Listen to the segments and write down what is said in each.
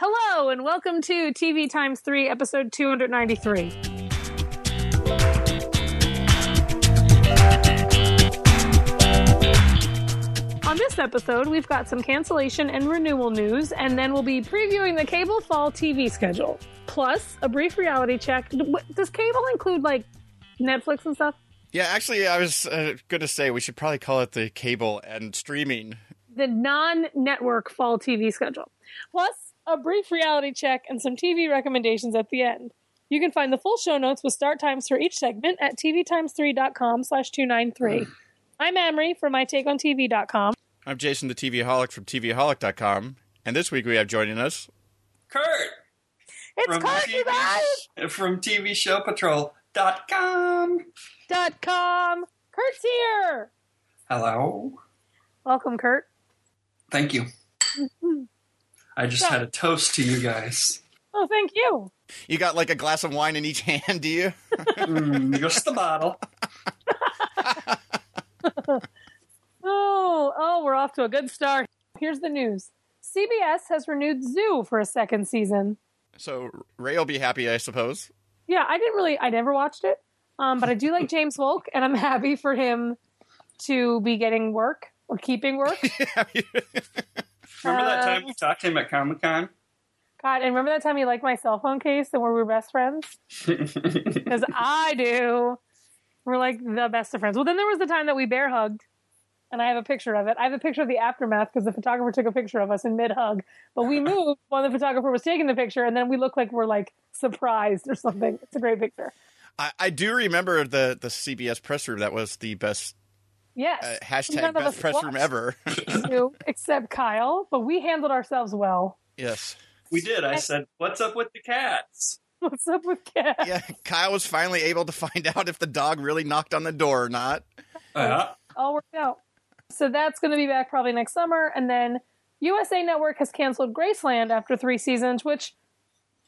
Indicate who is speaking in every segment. Speaker 1: Hello, and welcome to TV Times 3, episode 293. On this episode, we've got some cancellation and renewal news, and then we'll be previewing the cable fall TV schedule. Plus, a brief reality check. W- Does cable include, like, Netflix and stuff?
Speaker 2: Yeah, actually, I was uh, going to say we should probably call it the cable and streaming.
Speaker 1: the non-network fall TV schedule, plus a brief reality check and some TV recommendations at the end. You can find the full show notes with start times for each segment at tvtimes3.com slash 293. I'm Amory from mytakeontv.com.
Speaker 2: I'm Jason the TVholic from TVholic.com, and this week we have joining us.
Speaker 3: Kurt
Speaker 1: It's Kurt, you guys!
Speaker 3: from TV Show Patrol dot com.
Speaker 1: Dot com. Kurt's here!
Speaker 3: Hello,
Speaker 1: Welcome, Kurt.
Speaker 3: thank you. I just had a toast to you guys.
Speaker 1: Oh, thank you.
Speaker 2: You got like a glass of wine in each hand, do you?
Speaker 3: Mm, just the bottle.
Speaker 1: Oh, oh, we're off to a good start. Here's the news. CBS has renewed Zoo for a second season.
Speaker 2: So Ray will be happy, I suppose.
Speaker 1: yeah, I didn't really, I never watched it, um, but I do like James Wolk, and I'm happy for him to be getting work or keeping work.
Speaker 3: Remember that time
Speaker 1: Um,
Speaker 3: we talked to him at Comic Con?
Speaker 1: God, and remember that time he liked my cell phone case and where we were best friends? Because I do. We're like the best of friends. Well, then there was the time that we bear hugged, and I have a picture of it. I have a picture of the aftermath because the photographer took a picture of us in mid hug, but we moved while the photographer was taking the picture, and then we look like we're like surprised or something. It's a great picture.
Speaker 2: I, I do remember the, the CBS press room. That was the best
Speaker 1: Yes.
Speaker 2: uh,
Speaker 1: None
Speaker 2: hashtag
Speaker 1: of us
Speaker 2: best press room
Speaker 1: watched.
Speaker 2: ever.
Speaker 1: you, except Kyle, but we handled ourselves well.
Speaker 2: yes.
Speaker 3: we did. I said, "What's up with the cats?"
Speaker 1: What's up with Kat?
Speaker 2: Yeah, Kyle was finally able to find out if the dog really knocked on the door or not.
Speaker 3: Uh,
Speaker 1: All worked out. So that's going to be back probably next summer. And then USA Network has canceled Graceland after three seasons, which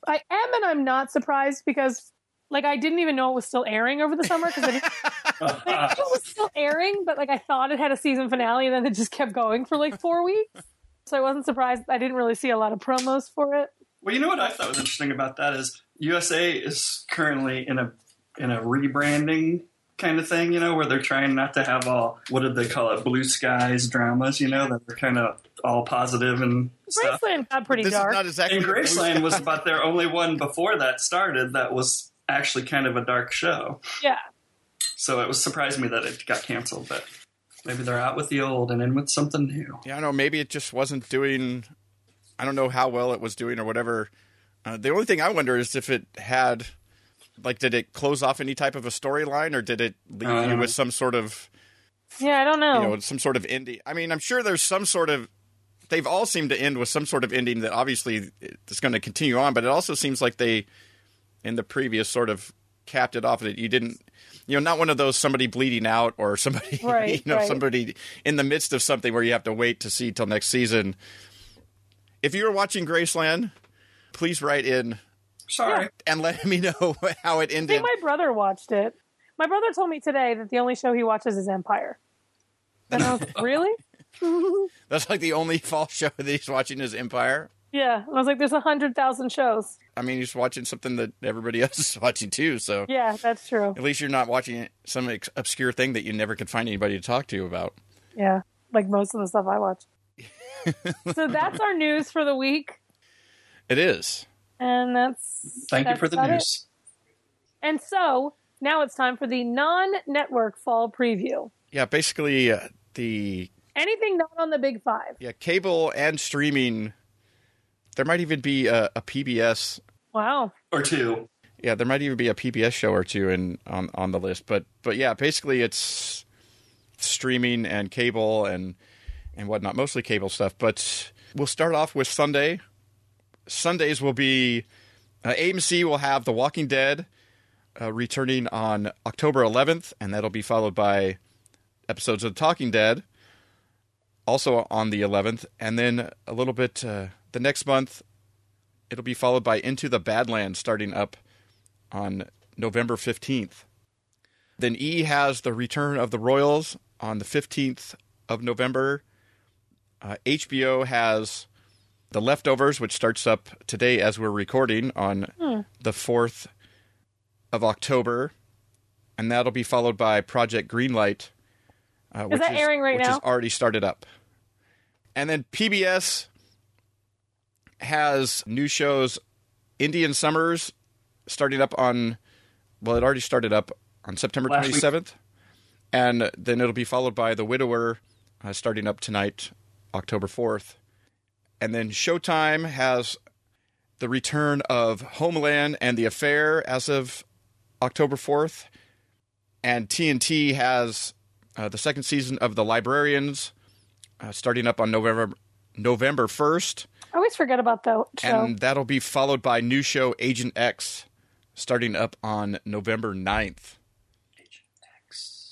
Speaker 1: I am and I'm not surprised because, like, I didn't even know it was still airing over the summer because I, didn't-
Speaker 3: uh,
Speaker 1: I knew it was still airing, but, like, I thought it had a season finale and then it just kept going for, like, four weeks. So I wasn't surprised. I didn't really see a lot of promos for it.
Speaker 3: well, you know what I thought was interesting about that is USA is currently in a in a rebranding kind of thing. You know, where they're trying not to have all what did they call it, blue skies dramas. You know, that are kind of all positive and stuff.
Speaker 1: Graceland got pretty
Speaker 2: this
Speaker 1: dark.
Speaker 2: is not exactly.
Speaker 3: And Graceland was about their only one before that started that was actually kind of a dark show.
Speaker 1: yeah.
Speaker 3: So it was surprised me that it got canceled, but maybe they're out with the old and in with something new.
Speaker 2: Yeah, I don't know. Maybe it just wasn't doing. I don't know how well it was doing or whatever. Uh, the only thing I wonder is if it had, like, did it close off any type of a storyline, or did it leave
Speaker 3: I don't
Speaker 2: you
Speaker 3: know.
Speaker 2: with some sort of,
Speaker 1: Yeah, I don't know.
Speaker 2: you know, some sort of ending? I mean, I'm sure there's some sort of. They've all seemed to end with some sort of ending that obviously is going to continue on, but it also seems like they, in the previous, sort of capped it off that you didn't, you know, not one of those somebody bleeding out or somebody,
Speaker 1: Right,
Speaker 2: you know,
Speaker 1: right.
Speaker 2: somebody in the midst of something where you have to wait to see till next season. If you were watching Graceland, please write in
Speaker 3: Sorry.
Speaker 2: and let me know how it
Speaker 1: I think
Speaker 2: ended.
Speaker 1: my brother watched it. My brother told me today that the only show he watches is Empire. And I was like, really?
Speaker 2: That's like the only fall show that he's watching is Empire.
Speaker 1: Yeah. And I was like, there's a hundred thousand shows.
Speaker 2: I mean, he's watching something that everybody else is watching too. So
Speaker 1: Yeah, that's true.
Speaker 2: at least you're not watching some ex- obscure thing that you never can find anybody to talk to about.
Speaker 1: Yeah. Like most of the stuff I watch. so that's our news for the week.
Speaker 2: It is.
Speaker 1: And that's
Speaker 3: Thank you
Speaker 1: that's
Speaker 3: for the
Speaker 1: about it.
Speaker 3: news.
Speaker 1: And so now it's time for the non network fall preview.
Speaker 2: Yeah, basically uh, the
Speaker 1: Anything not on the big five.
Speaker 2: yeah cable and streaming. There might even be a, a PBS.
Speaker 1: Wow.
Speaker 3: Or two.
Speaker 2: Yeah, there might even be a PBS show or two in on on the list. But but yeah, basically it's streaming and cable and and whatnot, mostly cable stuff. But we'll start off with Sunday. Sundays will be uh, AMC will have The Walking Dead uh, returning on October 11th, and that'll be followed by episodes of The Talking Dead, also on the 11th, and then a little bit uh, the next month. It'll be followed by Into the Badlands starting up on November 15th. Then E has the return of the Royals on the 15th of November. Uh, HBO has The Leftovers, which starts up today as we're recording on
Speaker 1: Hmm.
Speaker 2: the 4th of October. And that'll be followed by Project Greenlight. Uh, which
Speaker 1: that airing right
Speaker 2: which
Speaker 1: now?
Speaker 2: is already started up. And then PBS has new shows Indian Summers starting up on, well, it already started up on September
Speaker 3: Last week.
Speaker 2: 27th. And then it'll be followed by The Widower uh, starting up tonight, October 4th. And then Showtime has the return of Homeland and The Affair as of October 4th. And TNT has uh, the second season of The Librarians uh, starting up on November November 1st.
Speaker 1: I always forget about that show.
Speaker 2: And that'll be followed by new show Agent X starting up on November 9th.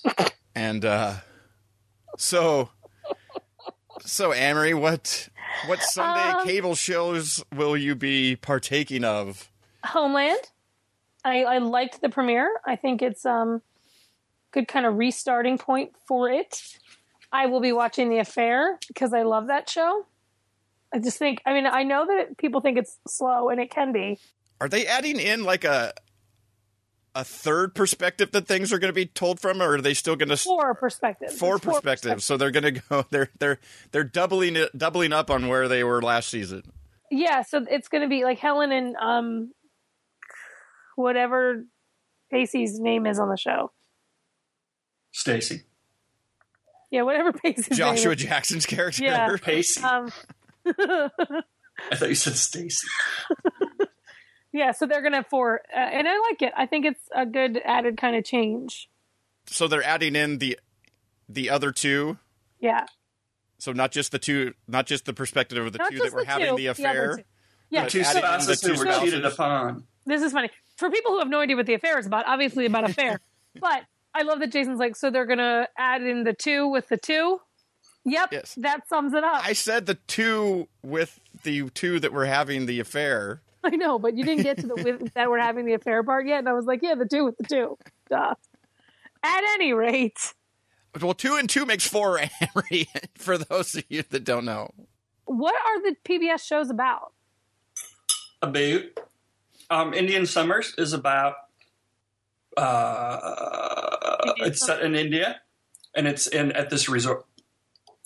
Speaker 2: And uh so so Amory, what what Sunday
Speaker 1: Um,
Speaker 2: cable shows will you be partaking of?
Speaker 1: Homeland. I, I liked the premiere. I think it's um good kind of restarting point for it. I will be watching The Affair because I love that show. I just think I mean I know that people think it's slow and it can be.
Speaker 2: Are they adding in like a a third perspective that things are going to be told from or are they still going to
Speaker 1: Four perspectives.
Speaker 2: four
Speaker 1: It's four
Speaker 2: perspectives. So they're going to go. They're they're they're doubling it, doubling up on where they were last season.
Speaker 1: yeah so it's gonna be like helen and um whatever pacey's name is on the show
Speaker 3: Stacy.
Speaker 1: yeah whatever pacey's
Speaker 2: Joshua
Speaker 1: name
Speaker 2: Jackson's character.
Speaker 1: Yeah.
Speaker 3: Pacey.
Speaker 1: is. um
Speaker 3: I thought you said Stacy.
Speaker 1: yeah so they're gonna have four uh, and i like it i think it's a good added kind of change
Speaker 2: So they're adding in the the other two.
Speaker 1: yeah
Speaker 2: So not just the two, not just the perspective of the
Speaker 1: not
Speaker 2: two that
Speaker 1: just
Speaker 2: were
Speaker 1: the
Speaker 2: having
Speaker 1: two,
Speaker 2: the
Speaker 1: other
Speaker 2: affair.
Speaker 1: two. yeah
Speaker 2: But
Speaker 3: Two
Speaker 2: adding in the
Speaker 3: spouses who
Speaker 2: two
Speaker 3: were
Speaker 2: spouses.
Speaker 3: cheated upon.
Speaker 1: this is funny for people who have no idea what the affair is about obviously about affair but i love that jason's like so they're gonna add in the two with the two yep
Speaker 2: Yes.
Speaker 1: that sums it up
Speaker 2: I said the two with the two that were having the affair.
Speaker 1: I know, but you didn't get to the with that we're having the affair part yet, and I was like, yeah, the two with the two. Duh. At any rate,
Speaker 2: Well, two and two makes four, Amory. For those of you that don't know,
Speaker 1: what are the PBS shows about?
Speaker 3: about um, Indian Summers is about uh,
Speaker 1: Indian
Speaker 3: it's set in India, and it's in at this resort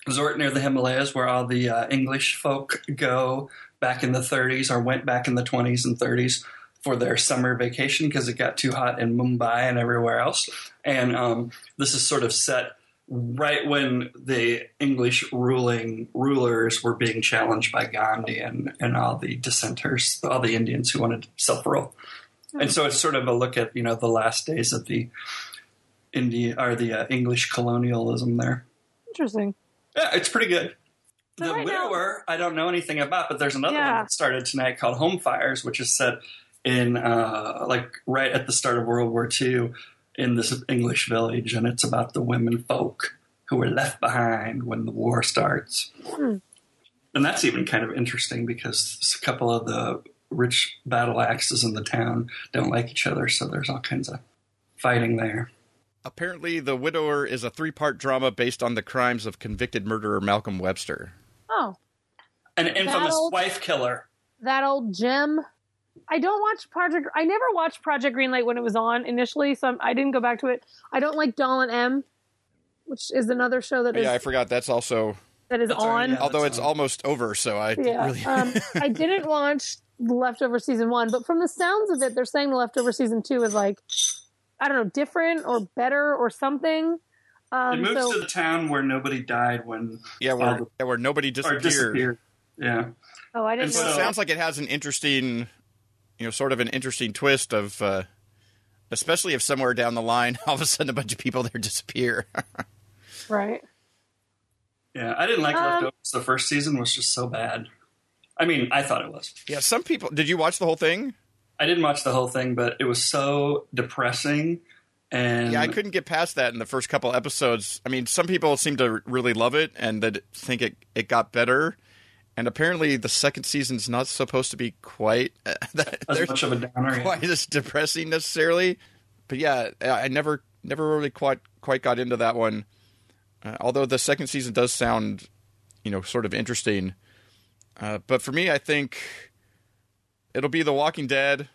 Speaker 3: resort near the Himalayas where all the uh, English folk go back in the 30s or went back in the 20s and 30s for their summer vacation because it got too hot in Mumbai and everywhere else. And um, this is sort of set right when the English ruling rulers were being challenged by Gandhi and, and all the dissenters, all the Indians who wanted self-rule. And so it's sort of a look at, you know, the last days of the India or the uh, English colonialism there.
Speaker 1: Interesting.
Speaker 3: Yeah, it's pretty good.
Speaker 1: So
Speaker 3: the
Speaker 1: right now-
Speaker 3: Widower, I don't know anything about, but there's another
Speaker 1: Yeah.
Speaker 3: one that started tonight called Home Fires, which is set in uh, like right at the start of World War II in this English village, and it's about the women folk who were left behind when the war starts.
Speaker 1: Hmm.
Speaker 3: And that's even kind of interesting because a couple of the rich battle axes in the town don't like each other, so there's all kinds of fighting there.
Speaker 2: apparently, the widower is a three-part drama based on the crimes of convicted murderer Malcolm Webster.
Speaker 1: Oh,
Speaker 3: An infamous
Speaker 1: Battle-
Speaker 3: wife killer.
Speaker 1: that old gem. I don't watch Project. I never watched Project Greenlight when it was on initially, so I'm, I didn't go back to it. I don't like Doll and M, which is another show that is
Speaker 2: Yeah, I forgot. That's also
Speaker 1: that is
Speaker 3: Oh, That's
Speaker 1: on.
Speaker 3: all right, yeah.
Speaker 2: althougugh
Speaker 3: That's
Speaker 2: it's
Speaker 3: all.
Speaker 2: almost over, so I didn't
Speaker 1: Yeah.
Speaker 2: really.
Speaker 1: um, I didn't watch Leftover season one, but from the sounds of it, they're saying Leftover season two is like, I don't know, different or better or something.
Speaker 3: It
Speaker 1: Um,
Speaker 3: moves
Speaker 1: so
Speaker 3: to the town where nobody died when
Speaker 2: yeah, where,
Speaker 3: Or-
Speaker 2: yeah, where nobody
Speaker 3: or
Speaker 2: disappeared.
Speaker 3: disappeared. Yeah.
Speaker 1: oh, I didn't
Speaker 3: and
Speaker 1: know.
Speaker 2: So it
Speaker 3: So-
Speaker 2: sounds like it has an interesting, you know, sort of an interesting twist of, uh, especially if somewhere down the line, all of a sudden a bunch of people there disappear.
Speaker 1: that. right?
Speaker 3: Yeah, I didn't like
Speaker 1: Um,
Speaker 3: Leftovers. The first season was just so bad. I mean, I thought it was.
Speaker 2: yeah, some people. Did you watch the whole thing?
Speaker 3: I didn't watch the whole thing, but it was so depressing. And
Speaker 2: Yeah, I couldn't get past that in the first couple episodes. I mean, some people seem to really love it and that think it it got better. And apparently, the second season's not supposed to be quite. uh, that,
Speaker 3: as
Speaker 2: there's-
Speaker 3: much of a downer.
Speaker 2: quite as depressing necessarily, but yeah, I I never never really quite quite got into that one. Uh, although the second season does sound, you know, sort of interesting. Uh, but for me, I think it'll be The Walking Dead,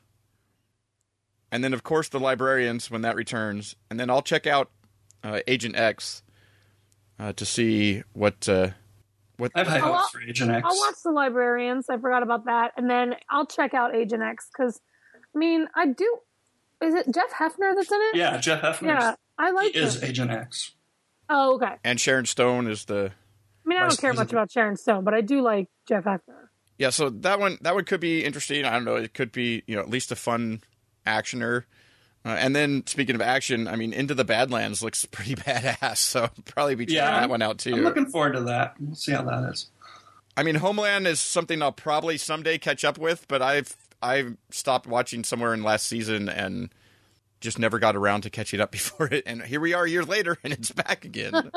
Speaker 2: and then of course The Librarians when that returns, and then I'll check out uh, Agent X uh, to see what uh, what.
Speaker 3: I have high
Speaker 1: I'll-
Speaker 3: hopes for Agent X.
Speaker 1: I'll watch The Librarians. I forgot about that. And then I'll check out Agent X because, I mean, I do. Is it Jeff Hefner that's in it?
Speaker 3: Yeah, Jeff Hefner
Speaker 1: Yeah, I like him.
Speaker 3: is Agent X.
Speaker 1: Oh, okay. I
Speaker 2: And Sharon Stone is the
Speaker 1: mean, I
Speaker 3: Vice
Speaker 1: don't care much
Speaker 3: President.
Speaker 1: about Sharon Stone, but I do like Jeff Hefner.
Speaker 2: yeah. So that one that one could be interesting. I don't know. It could be you know at least a fun actioner. Uh, and then speaking of action, I mean, Into the Badlands looks pretty badass. So I'll probably be checking
Speaker 3: Yeah.
Speaker 2: that one out too.
Speaker 3: I'm looking forward to that. We'll see how that is.
Speaker 2: I mean, Homeland is something I'll probably someday catch up with, but I've I've stopped watching somewhere in last season and just never got around to catching up before it. And here we are a year later, and it's back again.
Speaker 1: Um,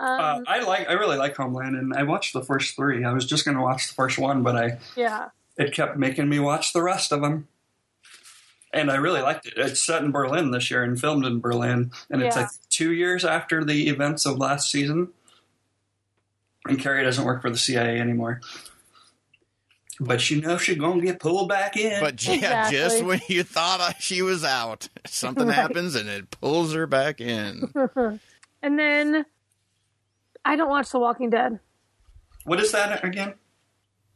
Speaker 3: Uh, I like. I really like Homeland, and I watched the first three. I was just going to watch the first one, but I
Speaker 1: yeah.
Speaker 3: it kept making me watch the rest of them. And I really liked it. It's set in Berlin this year and filmed in Berlin, and it's
Speaker 1: Yeah.
Speaker 3: like two years after the events of last season. And Carrie doesn't work for the CIA anymore, but you know she's gonna get pulled back in.
Speaker 2: but yeah,
Speaker 1: Exactly.
Speaker 2: just when you thought I- she was out, something
Speaker 1: Right.
Speaker 2: happens and it pulls her back in.
Speaker 1: And then I don't watch The Walking Dead.
Speaker 3: what is that again?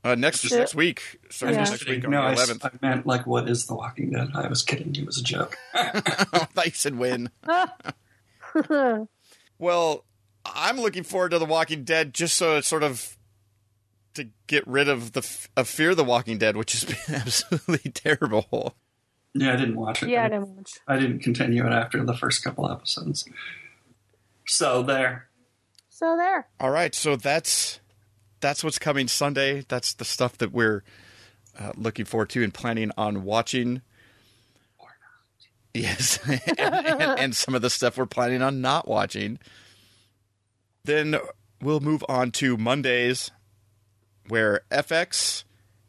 Speaker 2: Uh, next
Speaker 1: Yeah.
Speaker 2: next week, starting
Speaker 1: Yeah.
Speaker 2: next week on
Speaker 3: no,
Speaker 2: the
Speaker 3: I, s-
Speaker 2: eleventh.
Speaker 3: I meant like, what is The Walking Dead? I was kidding. It was a joke.
Speaker 2: I thought you said when.
Speaker 1: yeah.
Speaker 2: Well, I'm looking forward to The Walking Dead just so it's sort of to get rid of the f- of Fear the Walking Dead, which has been absolutely terrible.
Speaker 3: Yeah, I didn't watch it.
Speaker 1: I didn't watch.
Speaker 3: I didn't continue it after the first couple episodes. So there.
Speaker 1: So there.
Speaker 2: All right, so that's that's what's coming Sunday. That's the stuff that we're uh, looking forward to and planning on watching. Yes, and, and, and some of the stuff we're planning on not watching. Then we'll move on to Mondays, where FX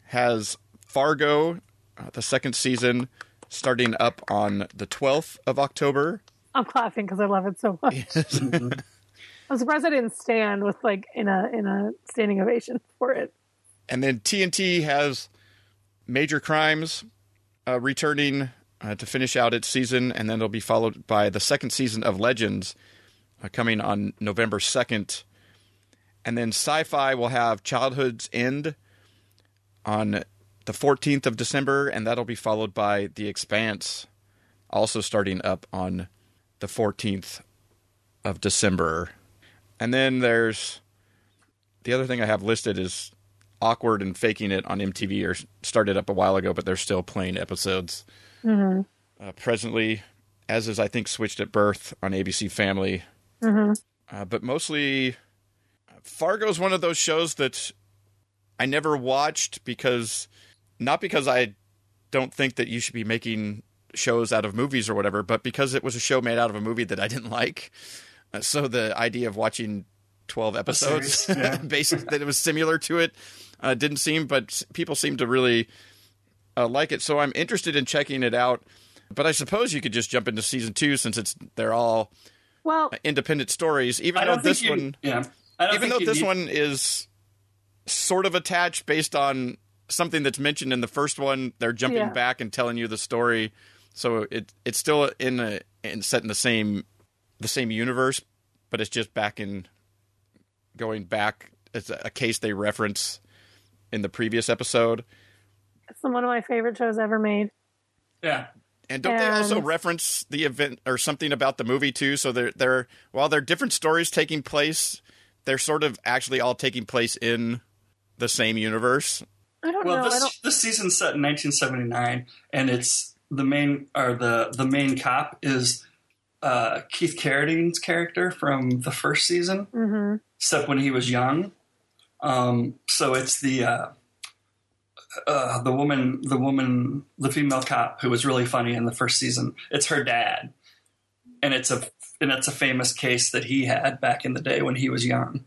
Speaker 2: has Fargo, uh, the second season, starting up on the 12th of October.
Speaker 1: I'm clapping because I love it so much. I'm surprised I didn't stand with like in a in a standing ovation for it.
Speaker 2: And then TNT has Major Crimes uh, returning uh, to finish out its season, and then it'll be followed by the second season of Legends uh, coming on November 2nd. And then Sci Fi will have Childhood's End on the 14th of December, and that'll be followed by The Expanse, also starting up on the 14th of December. And then there's the other thing I have listed is awkward and faking it on MTV or started up a while ago, but they're still playing episodes uh, presently, as is I think switched at birth on ABC Family. Uh, but mostly, Fargo's one of those shows that I never watched because not because I don't think that you should be making shows out of movies or whatever, but because it was a show made out of a movie that I didn't like. Uh, so the idea of watching 12 episodes,
Speaker 3: series, yeah.
Speaker 2: basically, that it was similar to it, uh, didn't seem, but s- people seem to really uh, like it. So I'm interested in checking it out. But I suppose you could just jump into season two since it's they're all
Speaker 1: Well,
Speaker 2: independent stories, even
Speaker 3: I
Speaker 2: though
Speaker 3: don't think
Speaker 2: this
Speaker 3: you,
Speaker 2: one
Speaker 3: Yeah. I don't
Speaker 2: even
Speaker 3: think
Speaker 2: though
Speaker 3: you
Speaker 2: this
Speaker 3: need-
Speaker 2: one is sort of attached based on something that's mentioned in the first one, they're jumping
Speaker 1: Yeah.
Speaker 2: back and telling you the story. So it it's still in a and set in the same the same universe, but it's just back in going back. It's a a case they reference in the previous episode.
Speaker 1: it's one of my favorite shows ever made.
Speaker 3: Yeah.
Speaker 2: And don't they also
Speaker 1: And-
Speaker 2: reference the event or something about the movie too? So they're they're while they're different stories taking place, they're sort of actually all taking place in the same universe.
Speaker 1: I don't
Speaker 3: Well,
Speaker 1: know. I don't.
Speaker 3: this this season's set in 1979, and it's the main or the the main cop is uh, Keith Carradine's character from the first season,
Speaker 1: Mm-hmm.
Speaker 3: except when he was young. Um, so it's the uh, uh, the woman, the woman, the female cop who was really funny in the first season. It's her dad, and it's a and it's a famous case that he had back in the day when he was young.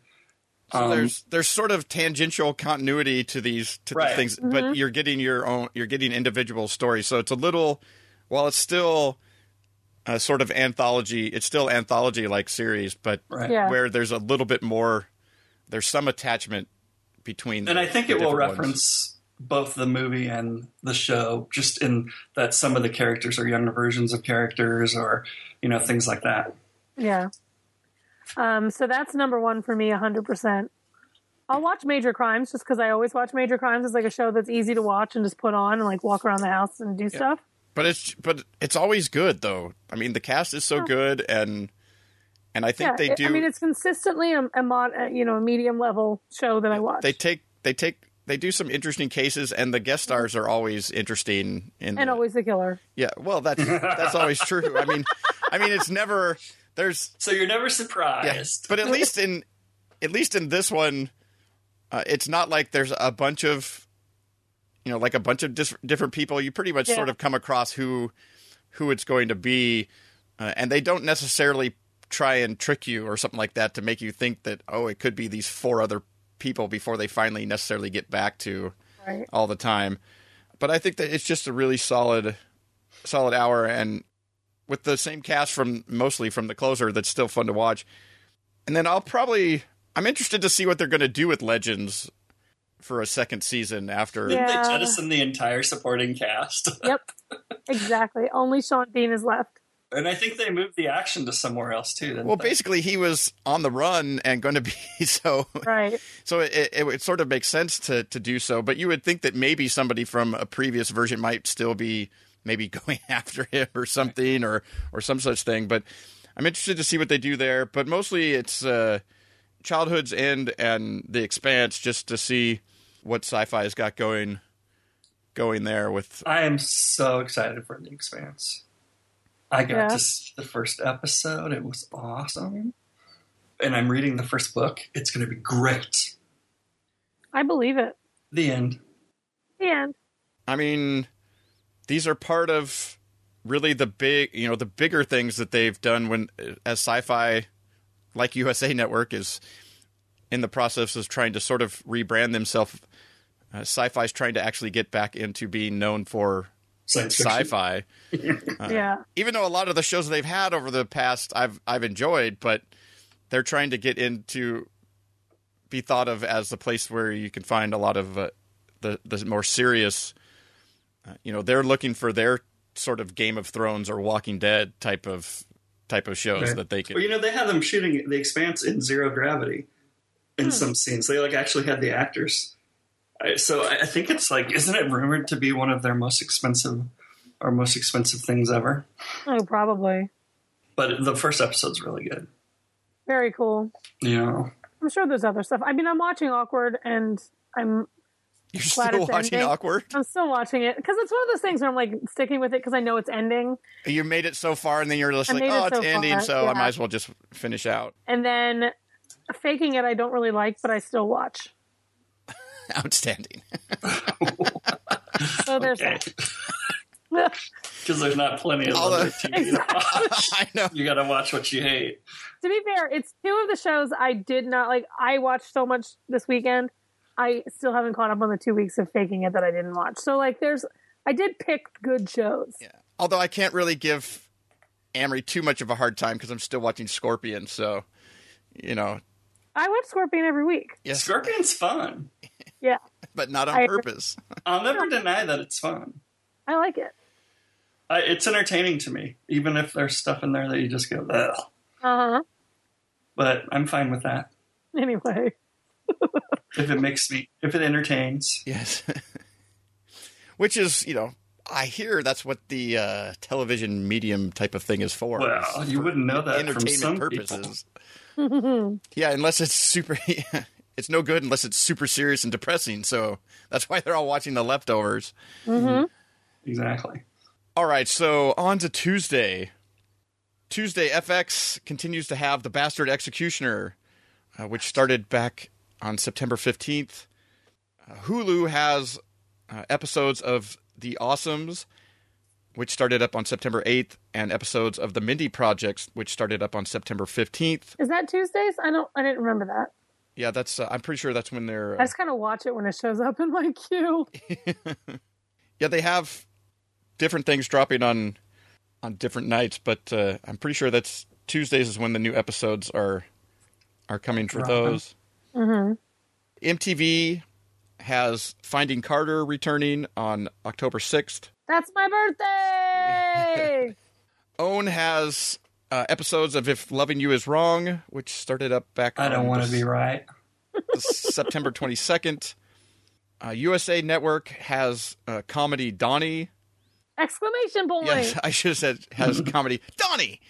Speaker 2: So
Speaker 3: Um,
Speaker 2: there's there's sort of tangential continuity to these to
Speaker 3: Right.
Speaker 2: these things,
Speaker 1: Mm-hmm.
Speaker 2: but you're getting your own you're getting individual stories. So it's a little while it's still a sort of anthology, it's still anthology like series, but
Speaker 3: right?
Speaker 1: Yeah.
Speaker 2: where there's a little bit more there's some attachment between.
Speaker 3: and
Speaker 2: the-
Speaker 3: I think
Speaker 2: the
Speaker 3: it will
Speaker 2: different ones.
Speaker 3: reference both the movie and the show, just in that some of the characters are younger versions of characters, or you know things like that.
Speaker 1: Yeah. Um, so that's number one for me, 100%. I'll watch Major Crimes just because I always watch Major Crimes. It's like a show that's easy to watch and just put on and like walk around the house and do stuff.
Speaker 2: But it's but it's always good though. I mean, the cast is so good, and and I think
Speaker 1: yeah,
Speaker 2: they
Speaker 1: it-
Speaker 2: do.
Speaker 1: I mean, it's consistently a, a mod, uh, you know, a medium level show that I watch.
Speaker 2: they take they take they do some interesting cases, and the guest stars are always interesting. In
Speaker 1: and
Speaker 2: the-
Speaker 1: always the killer.
Speaker 2: yeah, well, that's that's always true. I mean, I mean, it's never there's
Speaker 3: So you're never
Speaker 2: yeah,
Speaker 3: surprised.
Speaker 2: but at least in at least in this one, uh, it's not like there's a bunch of you know like a bunch of dis- different people. You pretty much
Speaker 1: Yeah.
Speaker 2: sort of come across who who it's going to be, uh, and they don't necessarily try and trick you or something like that to make you think that oh it could be these four other people before they finally necessarily get back to
Speaker 1: Right.
Speaker 2: all the time. But I think that it's just a really solid, solid hour, and with the same cast from mostly from the closer, that's still fun to watch. And then I'll probably I'm interested to see what they're going to do with Legends for a second season after.
Speaker 1: Yeah.
Speaker 3: Didn't they jettison the entire supporting cast?
Speaker 1: Yep. exactly. Only Sean Dean is left.
Speaker 3: and I think they moved the action to somewhere else too. didn't
Speaker 2: Well,
Speaker 3: they?
Speaker 2: basically, he was on the run and going to be so.
Speaker 1: Right.
Speaker 2: So it, it, it would sort of makes sense to to do so, but you would think that maybe somebody from a previous version might still be maybe going after him or something or or some such thing. But I'm interested to see what they do there. But mostly it's uh, Childhood's End and The Expanse, just to see what sci-fi has got going going there with.
Speaker 3: I am so excited for The Expanse. I got
Speaker 1: Yeah.
Speaker 3: to see the first episode. It was awesome. And I'm reading the first book. It's going to be great.
Speaker 1: I believe it.
Speaker 3: The end.
Speaker 1: The end.
Speaker 2: I mean, these are part of really the big, you know, the bigger things that they've done when uh, as sci-fi like USA Network is in the process of trying to sort of rebrand themselves. Uh, sci-fi is trying to actually get back into being known for
Speaker 3: Science fiction.
Speaker 2: sci-fi.
Speaker 1: yeah.
Speaker 2: Even though a lot of the shows they've had over the past I've I've enjoyed, but they're trying to get into be thought of as the place where you can find a lot of uh, the the more serious uh, you know, they're looking for their sort of Game of Thrones or Walking Dead type of type of shows
Speaker 3: Right.
Speaker 2: that they can
Speaker 3: Well, you know, they had them shooting The Expanse in zero gravity in some scenes. They like actually had the actors. I, so I, I think it's like, isn't it rumored to be one of their most expensive or most expensive things ever?
Speaker 1: Oh, probably.
Speaker 3: But the first episode's really good.
Speaker 1: Very cool.
Speaker 3: You know,
Speaker 1: I'm sure there's other stuff. I mean, I'm watching Awkward and I'm
Speaker 2: You're
Speaker 1: Glad
Speaker 2: still
Speaker 1: it's
Speaker 2: watching
Speaker 1: ending.
Speaker 2: Awkward?
Speaker 1: I'm still watching it because it's one of those things where I'm like sticking with it because I know it's ending.
Speaker 2: You made it so far, and then you're just
Speaker 1: I
Speaker 2: like,
Speaker 1: made it
Speaker 2: oh, it's
Speaker 1: so far,
Speaker 2: ending, so I
Speaker 1: yeah.
Speaker 2: might as well just finish out.
Speaker 1: And then faking it, I don't really like, but I still watch.
Speaker 2: Outstanding.
Speaker 1: So there's
Speaker 3: because
Speaker 1: that.
Speaker 3: there's not plenty of
Speaker 2: All
Speaker 3: other
Speaker 2: the-
Speaker 3: TV to watch.
Speaker 2: I know.
Speaker 3: You got to watch what you hate.
Speaker 1: to be fair, it's two of the shows I did not like. I watched so much this weekend. I still haven't caught up on the two weeks of faking it that I didn't watch. So like, there's I did pick good shows.
Speaker 2: Although I can't really give Amory too much of a hard time because I'm still watching Scorpion, so you know,
Speaker 1: I watch Scorpion every week.
Speaker 2: yes,
Speaker 3: Scorpion's fun.
Speaker 1: Yeah,
Speaker 2: but not on
Speaker 1: I-
Speaker 2: purpose.
Speaker 3: I'll never deny that it's fun.
Speaker 1: I like it.
Speaker 3: I, it's entertaining to me, even if there's stuff in there that you just go, Ugh.
Speaker 1: Uh huh.
Speaker 3: but I'm fine with that.
Speaker 1: Anyway,
Speaker 3: if it makes me if it entertains
Speaker 2: Yes, which is you know, I hear that's what the uh, television medium type of thing is for.
Speaker 3: well
Speaker 2: is
Speaker 3: you
Speaker 2: for
Speaker 3: wouldn't know that from
Speaker 2: entertainment
Speaker 3: some people.
Speaker 2: purposes.
Speaker 1: Mm-hmm.
Speaker 2: yeah, unless it's super. It's no good unless it's super serious and depressing. So that's why they're all watching the leftovers.
Speaker 3: exactly
Speaker 2: All right, so on to Tuesday. Tuesday, FX continues to have The Bastard Executioner, uh, which started back on September 15th. Uh, Hulu has uh, episodes of The Awesomes, which started up on September 8th, and episodes of The Mindy Projects, which started up on September 15th.
Speaker 1: is that Tuesdays? I don't. I didn't remember that.
Speaker 2: Yeah, that's. Uh, I'm pretty sure that's when they're.
Speaker 1: I
Speaker 2: Uh,
Speaker 1: just kind of watch it when it shows up in my queue.
Speaker 2: yeah, they have different things dropping on on different nights, but uh, I'm pretty sure that's Tuesdays is when the new episodes are are coming for
Speaker 3: Dropping.
Speaker 2: those. MTV has Finding Carter returning on October 6th.
Speaker 1: That's my birthday.
Speaker 2: Own has uh, episodes of If Loving You Is Wrong, which started up back
Speaker 3: I don't
Speaker 2: on
Speaker 3: want to
Speaker 2: the-
Speaker 3: be right.
Speaker 2: September 22nd. Uh, USA Network has uh, comedy Donnie.
Speaker 1: Exclamation point.
Speaker 2: Yes, I should have said has comedy Donnie.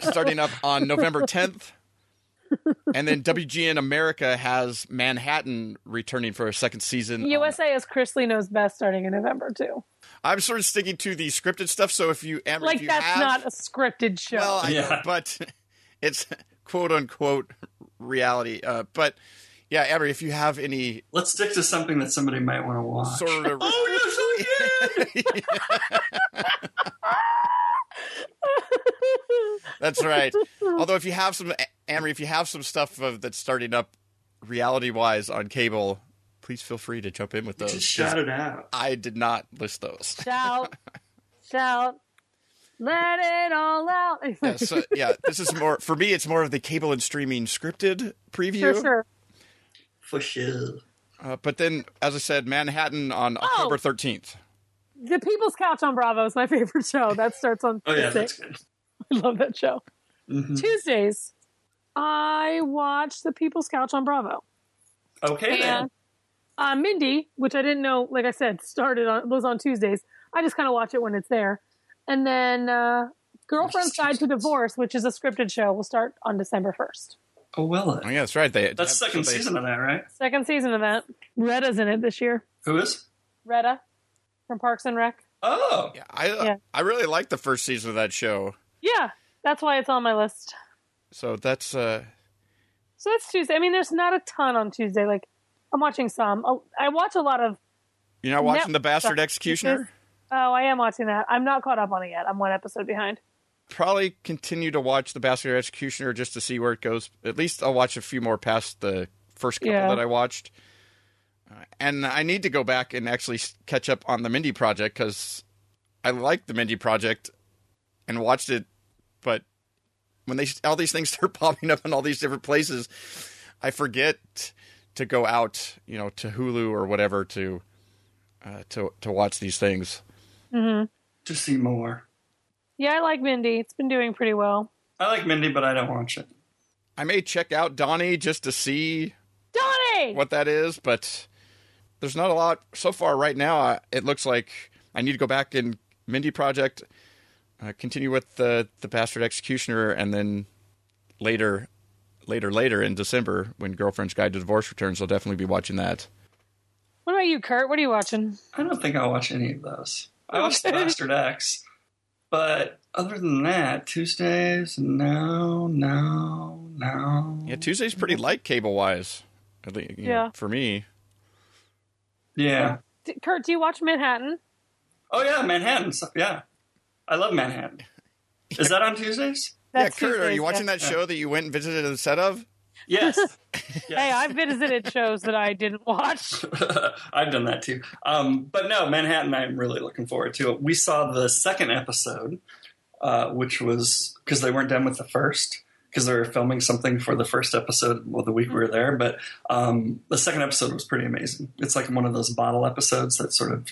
Speaker 2: Starting up on November 10th. And then WGN America has Manhattan returning for a second season. on-
Speaker 1: USA is Chrisley knows best starting in November too.
Speaker 2: I'm sort of sticking to the scripted stuff. So if you, Amber, if
Speaker 1: Like
Speaker 2: you
Speaker 1: that's
Speaker 2: have,
Speaker 1: not a scripted show.
Speaker 2: Well, I know,
Speaker 3: Yeah.
Speaker 2: but it's quote unquote reality. Uh, but yeah, Amber, if you have any
Speaker 3: Let's stick to something that somebody might want to watch.
Speaker 2: sort of
Speaker 3: Oh yes, I did.
Speaker 2: That's right. Although if you have some, Amory, if you have some stuff of, that's starting up reality-wise on cable, please feel free to jump in with those.
Speaker 3: Just shout
Speaker 2: 'cause
Speaker 3: it out.
Speaker 2: I did not list those.
Speaker 1: shout, shout, let it all out.
Speaker 2: Yeah, so yeah, this is more for me. It's more of the cable and streaming scripted preview.
Speaker 1: sure, sure.
Speaker 3: For sure.
Speaker 2: Uh, but then, as I said, Manhattan on
Speaker 1: Oh.
Speaker 2: October thirteenth.
Speaker 1: The People's Couch on Bravo is my favorite show. That starts on
Speaker 3: Oh yeah,
Speaker 1: Tuesday.
Speaker 3: that's good.
Speaker 1: I love that show.
Speaker 3: Mhm.
Speaker 1: Tuesdays, I watch The People's Couch on Bravo.
Speaker 3: Okay then.
Speaker 1: And uh, Mindy, which I didn't know, like I said, started on was on Tuesdays. I just kind of watch it when it's there. And then uh, Girlfriend's Guide to Divorce, which is a scripted show, will start on December 1st.
Speaker 3: Oh well. then.
Speaker 2: Oh yeah, that's right. They
Speaker 3: That's
Speaker 2: so
Speaker 3: second
Speaker 2: they-
Speaker 3: season of that, right?
Speaker 1: Second season of that. Retta's in it this year.
Speaker 3: Who is?
Speaker 1: Retta from Parks and Rec.
Speaker 3: Oh,
Speaker 2: Yeah, I
Speaker 1: Yeah.
Speaker 2: I really liked the first season of that show.
Speaker 1: Yeah, that's why it's on my list.
Speaker 2: So that's uh,
Speaker 1: So that's Tuesday. I mean, there's not a ton on Tuesday. Like, I'm watching some. I'll- I watch a lot of.
Speaker 2: you're not watching
Speaker 1: No.
Speaker 2: the Bastard Executioner.
Speaker 1: Oh, I am watching that. I'm not caught up on it yet. I'm one episode behind.
Speaker 2: probably continue to watch the Bastard Executioner just to see where it goes. At least I'll watch a few more past the first couple
Speaker 1: Yeah.
Speaker 2: that I watched. Uh, and I need to go back and actually s- catch up on the Mindy Project because I liked the Mindy Project and watched it, but when they all these things start popping up in all these different places, I forget to go out, you know, to Hulu or whatever to uh, to to watch these things.
Speaker 1: Mm-hmm.
Speaker 3: to see more.
Speaker 1: Yeah, I like Mindy. It's been doing pretty well.
Speaker 3: I like Mindy, but I don't watch it.
Speaker 2: I may check out Donnie just to see
Speaker 1: Donnie!
Speaker 2: what that is, but there's not a lot so far right now. I- It looks like I need to go back in Mindy Project, uh, continue with the the Bastard Executioner, and then later, later, later in December when Girlfriend's Guide to Divorce returns, I'll definitely be watching that.
Speaker 1: What about you, Kurt? What are you watching?
Speaker 3: I don't think I'll watch any of those. I watched The Bastard X, but other than that, Tuesdays, no, no, no.
Speaker 2: Yeah, Tuesday's pretty light cable wise, at least
Speaker 1: Yeah.
Speaker 2: for me.
Speaker 3: Yeah.
Speaker 1: D- Kurt, do you watch Manhattan?
Speaker 3: Oh yeah, Manhattan. So- Yeah, I love Manhattan. Is that on Tuesdays?
Speaker 2: yeah, Kurt, are you watching that
Speaker 3: yeah.
Speaker 2: show that you went and visited the set of?
Speaker 3: Yes.
Speaker 1: Hey,
Speaker 3: yes.
Speaker 1: I've visited shows that I didn't watch.
Speaker 3: I've done that too. Um, but no, Manhattan. I'm really looking forward to it. We saw the second episode, uh, which was because they weren't done with the first. Because they were filming something for the first episode well, the week we were there, but um, the second episode was pretty amazing. It's like one of those bottle episodes that sort of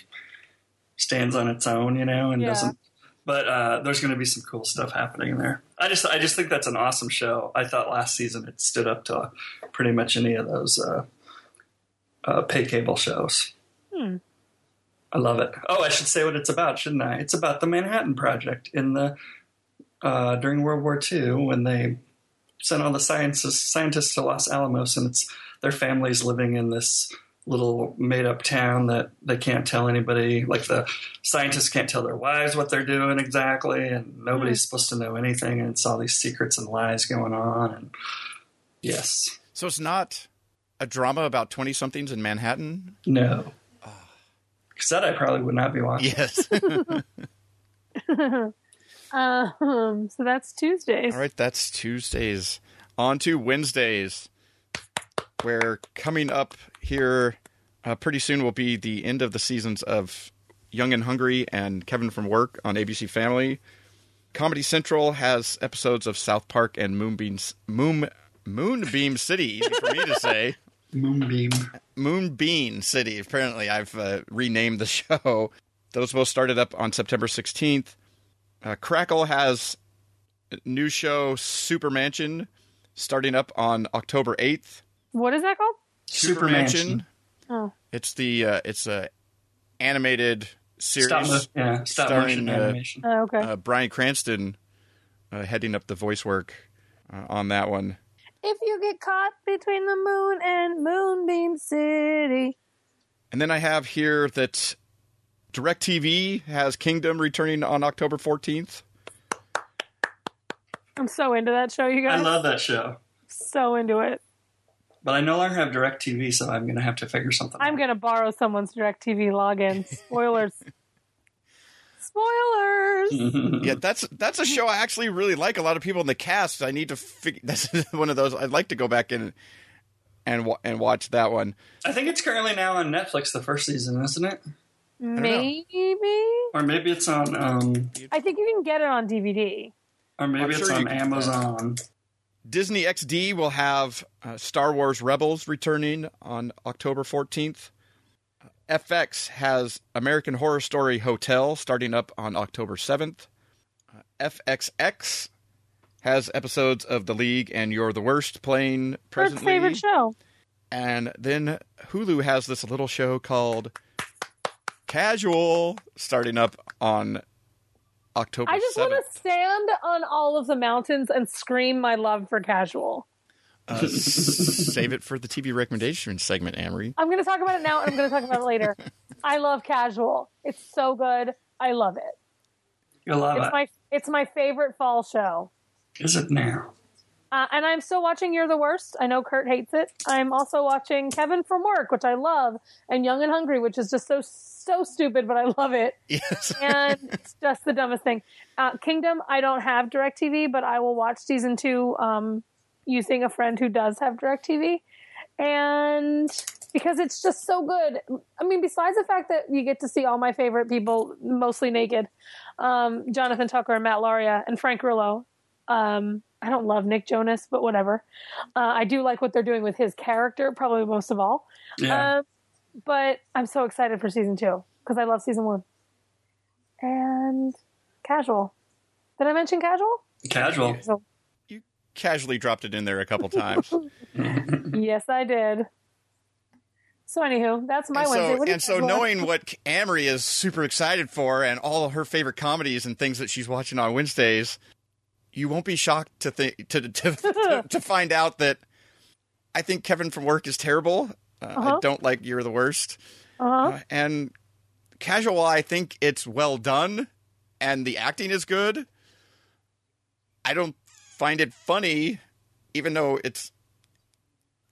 Speaker 3: stands on its own, you know, and
Speaker 1: Yeah.
Speaker 3: doesn't but uh, there's going to be some cool stuff happening there. I just I just think that's an awesome show. I thought last season it stood up to pretty much any of those uh, uh, pay cable shows.
Speaker 1: Hmm.
Speaker 3: I love it. Oh, I should say what it's about, shouldn't I? It's about the Manhattan Project in the uh, during World War II when they sent all the scientists scientists to Los Alamos, and it's their families living in this little made up town that they can't tell anybody. Like the scientists can't tell their wives what they're doing exactly, and nobody's supposed to know anything. And it's all these secrets and lies going on. And yes,
Speaker 2: So it's not a drama about twenty somethings in Manhattan.
Speaker 3: no, because that I probably would not be watching.
Speaker 2: Yes.
Speaker 1: Um, so that's Tuesdays.
Speaker 2: All right, that's Tuesdays. On to Wednesdays, where coming up here uh, pretty soon will be the end of the seasons of Young and Hungry and Kevin from Work on ABC Family. Comedy Central has episodes of South Park and Moonbeam, Moon, Moonbeam City. Easy for me to say.
Speaker 3: Moonbeam.
Speaker 2: Moonbean City. Apparently, I've uh, renamed the show. Those both started up on September 16th. Uh, Crackle has a new show Super Mansion starting up on October 8th.
Speaker 1: What is that called?
Speaker 3: Super Mansion.
Speaker 1: Oh,
Speaker 2: It's the uh, it's a animated series.
Speaker 3: Stop, mo- yeah, stop
Speaker 2: Starring,
Speaker 3: motion
Speaker 2: uh,
Speaker 3: animation.
Speaker 1: oh, okay.
Speaker 2: Uh, Brian Cranston uh, heading up the voice work uh, on that one.
Speaker 1: if you get caught between the moon and Moonbeam City,
Speaker 2: And then I have here that DirecTV has Kingdom returning on October 14th.
Speaker 1: I'm so into that show, you
Speaker 3: I
Speaker 1: guys.
Speaker 3: love that show.
Speaker 1: so into it.
Speaker 3: But I no longer have direct TV, so I'm going to have to figure something
Speaker 1: I'm
Speaker 3: out.
Speaker 1: gonna borrow someone's DirecTV login. Spoilers. Spoilers.
Speaker 2: Yeah, that's that's a show I actually really like. A lot of people in the cast. I need to figure. That's one of those I'd like to go back and and wa- and watch that one.
Speaker 3: I think it's currently now on Netflix, the first season, isn't it?
Speaker 2: know.
Speaker 1: Maybe.
Speaker 3: Or maybe it's on, um,
Speaker 1: I think you can get it on DVD.
Speaker 3: or maybe
Speaker 2: I'm
Speaker 3: it's
Speaker 2: sure you
Speaker 3: on
Speaker 2: can-
Speaker 3: Amazon.
Speaker 2: Disney XD will have uh, Star Wars Rebels returning on October 14th. FX has American Horror Story Hotel starting up on October 7th. Uh, FXX has episodes of The League and You're the Worst playing
Speaker 1: Her
Speaker 2: presently.
Speaker 1: favorite show.
Speaker 2: And then Hulu has this little show called Casual starting up on October
Speaker 1: I just
Speaker 2: 7th.
Speaker 1: want to stand on all of the mountains and scream my love for casual.
Speaker 2: Uh, save it for the TV recommendation segment, Amory.
Speaker 1: I'm going to talk about it now and I'm going to talk about it later. I love casual. It's so good. I love it.
Speaker 3: You'll love
Speaker 1: It's
Speaker 3: it.
Speaker 1: my it's my favorite fall show.
Speaker 3: Is it now?
Speaker 1: Uh, and I'm still watching You're the Worst. I know Kurt hates it. I'm also watching Kevin from Work, which I love, and Young and Hungry, which is just so so stupid, but I love it.
Speaker 2: Yes.
Speaker 1: and it's just the dumbest thing. Uh, Kingdom, I don't have DirecTV, but I will watch season two um, using a friend who does have DirecTV. And because it's just so good. I mean, besides the fact that you get to see all my favorite people mostly naked um, Jonathan Tucker and Matt Lauria and Frank Rillo. Um, I don't love Nick Jonas, but whatever. Uh, I do like what they're doing with his character, probably most of all.
Speaker 3: Yeah.
Speaker 1: Um, but I'm so excited for season two because I love season one. And casual. Did I mention casual?
Speaker 3: Casual.
Speaker 1: So,
Speaker 2: Casually dropped it in there a couple times.
Speaker 1: yes, I did. So, anywho, that's my
Speaker 2: and
Speaker 1: Wednesday.
Speaker 2: so,
Speaker 1: What do you
Speaker 2: and so
Speaker 1: guys watch?
Speaker 2: knowing what Amory is super excited for and all of her favorite comedies and things that she's watching on Wednesdays, you won't be shocked to thi- to, to, to to find out that I think Kevin from Work is terrible. Uh,
Speaker 1: Uh-huh.
Speaker 2: I don't like You're the Worst.
Speaker 1: Uh-huh.
Speaker 2: Uh, and casual i think it's well done and the acting is good i don't find it funny even though it's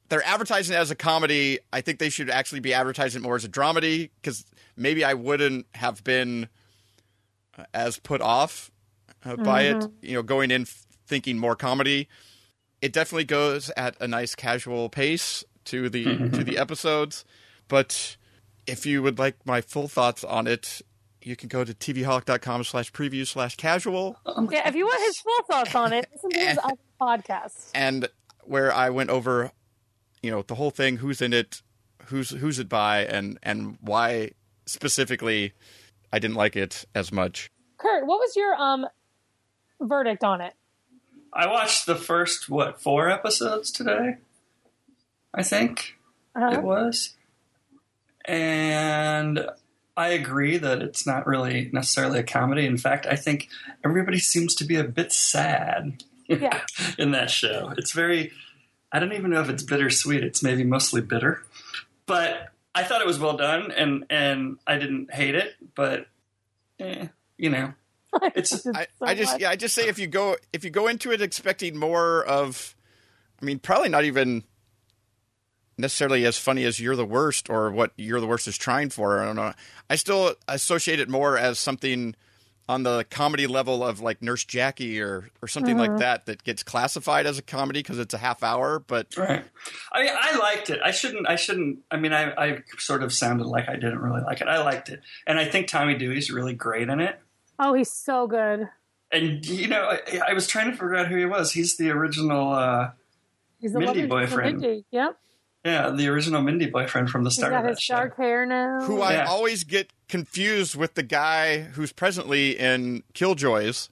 Speaker 2: they're advertising it as a comedy i think they should actually be advertising it more as a dramedy because maybe i wouldn't have been uh, as put off uh, by it you know going in f- thinking more comedy it definitely goes at a nice casual pace to the to the episodes but if you would like my full thoughts on it, you can go to tvhawk.com slash preview slash casual.
Speaker 1: yeah, if you want his full thoughts on it, listen to his other podcast.
Speaker 2: And where I went over, you know, the whole thing, who's in it, who's who's it by, and and why specifically I didn't like it as much.
Speaker 1: Kurt, what was your um verdict on it?
Speaker 3: I watched the first, what, four episodes today? I think.
Speaker 1: Uh-huh.
Speaker 3: it was. And I agree that it's not really necessarily a comedy. In fact, I think everybody seems to be a bit sad
Speaker 1: Yeah.
Speaker 3: in that show. It's very, I don't even know if it's bittersweet, it's maybe mostly bitter. But I thought it was well done and, and I didn't hate it, but eh, you know, it's
Speaker 2: I,
Speaker 1: So
Speaker 2: I just
Speaker 1: much.
Speaker 2: yeah, I just say if you go if you go into it expecting more of I mean, probably not even necessarily as funny as you're the worst or what you're the worst is trying for. I don't know. I still associate it more as something on the comedy level of like Nurse Jackie or or something like that that gets classified as a comedy because it's a half hour, but
Speaker 3: Right. I mean, I liked it. I shouldn't. I shouldn't. I mean, I, I sort of sounded like I didn't really like it. I liked it, and I think Tommy Dewey's really great in it.
Speaker 1: Oh, he's so good.
Speaker 3: And you know, I, I was trying to figure out who he was. He's the original. Uh,
Speaker 1: He's the
Speaker 3: Mindy
Speaker 1: lovely
Speaker 3: boyfriend.
Speaker 1: Mindy. Yep.
Speaker 3: Yeah, the original Mindy boyfriend from the
Speaker 1: He's
Speaker 3: start
Speaker 1: got
Speaker 3: of
Speaker 1: his
Speaker 3: that show.
Speaker 1: shark hair now.
Speaker 2: who I
Speaker 3: Yeah.
Speaker 2: always get confused with the guy who's presently in Killjoys,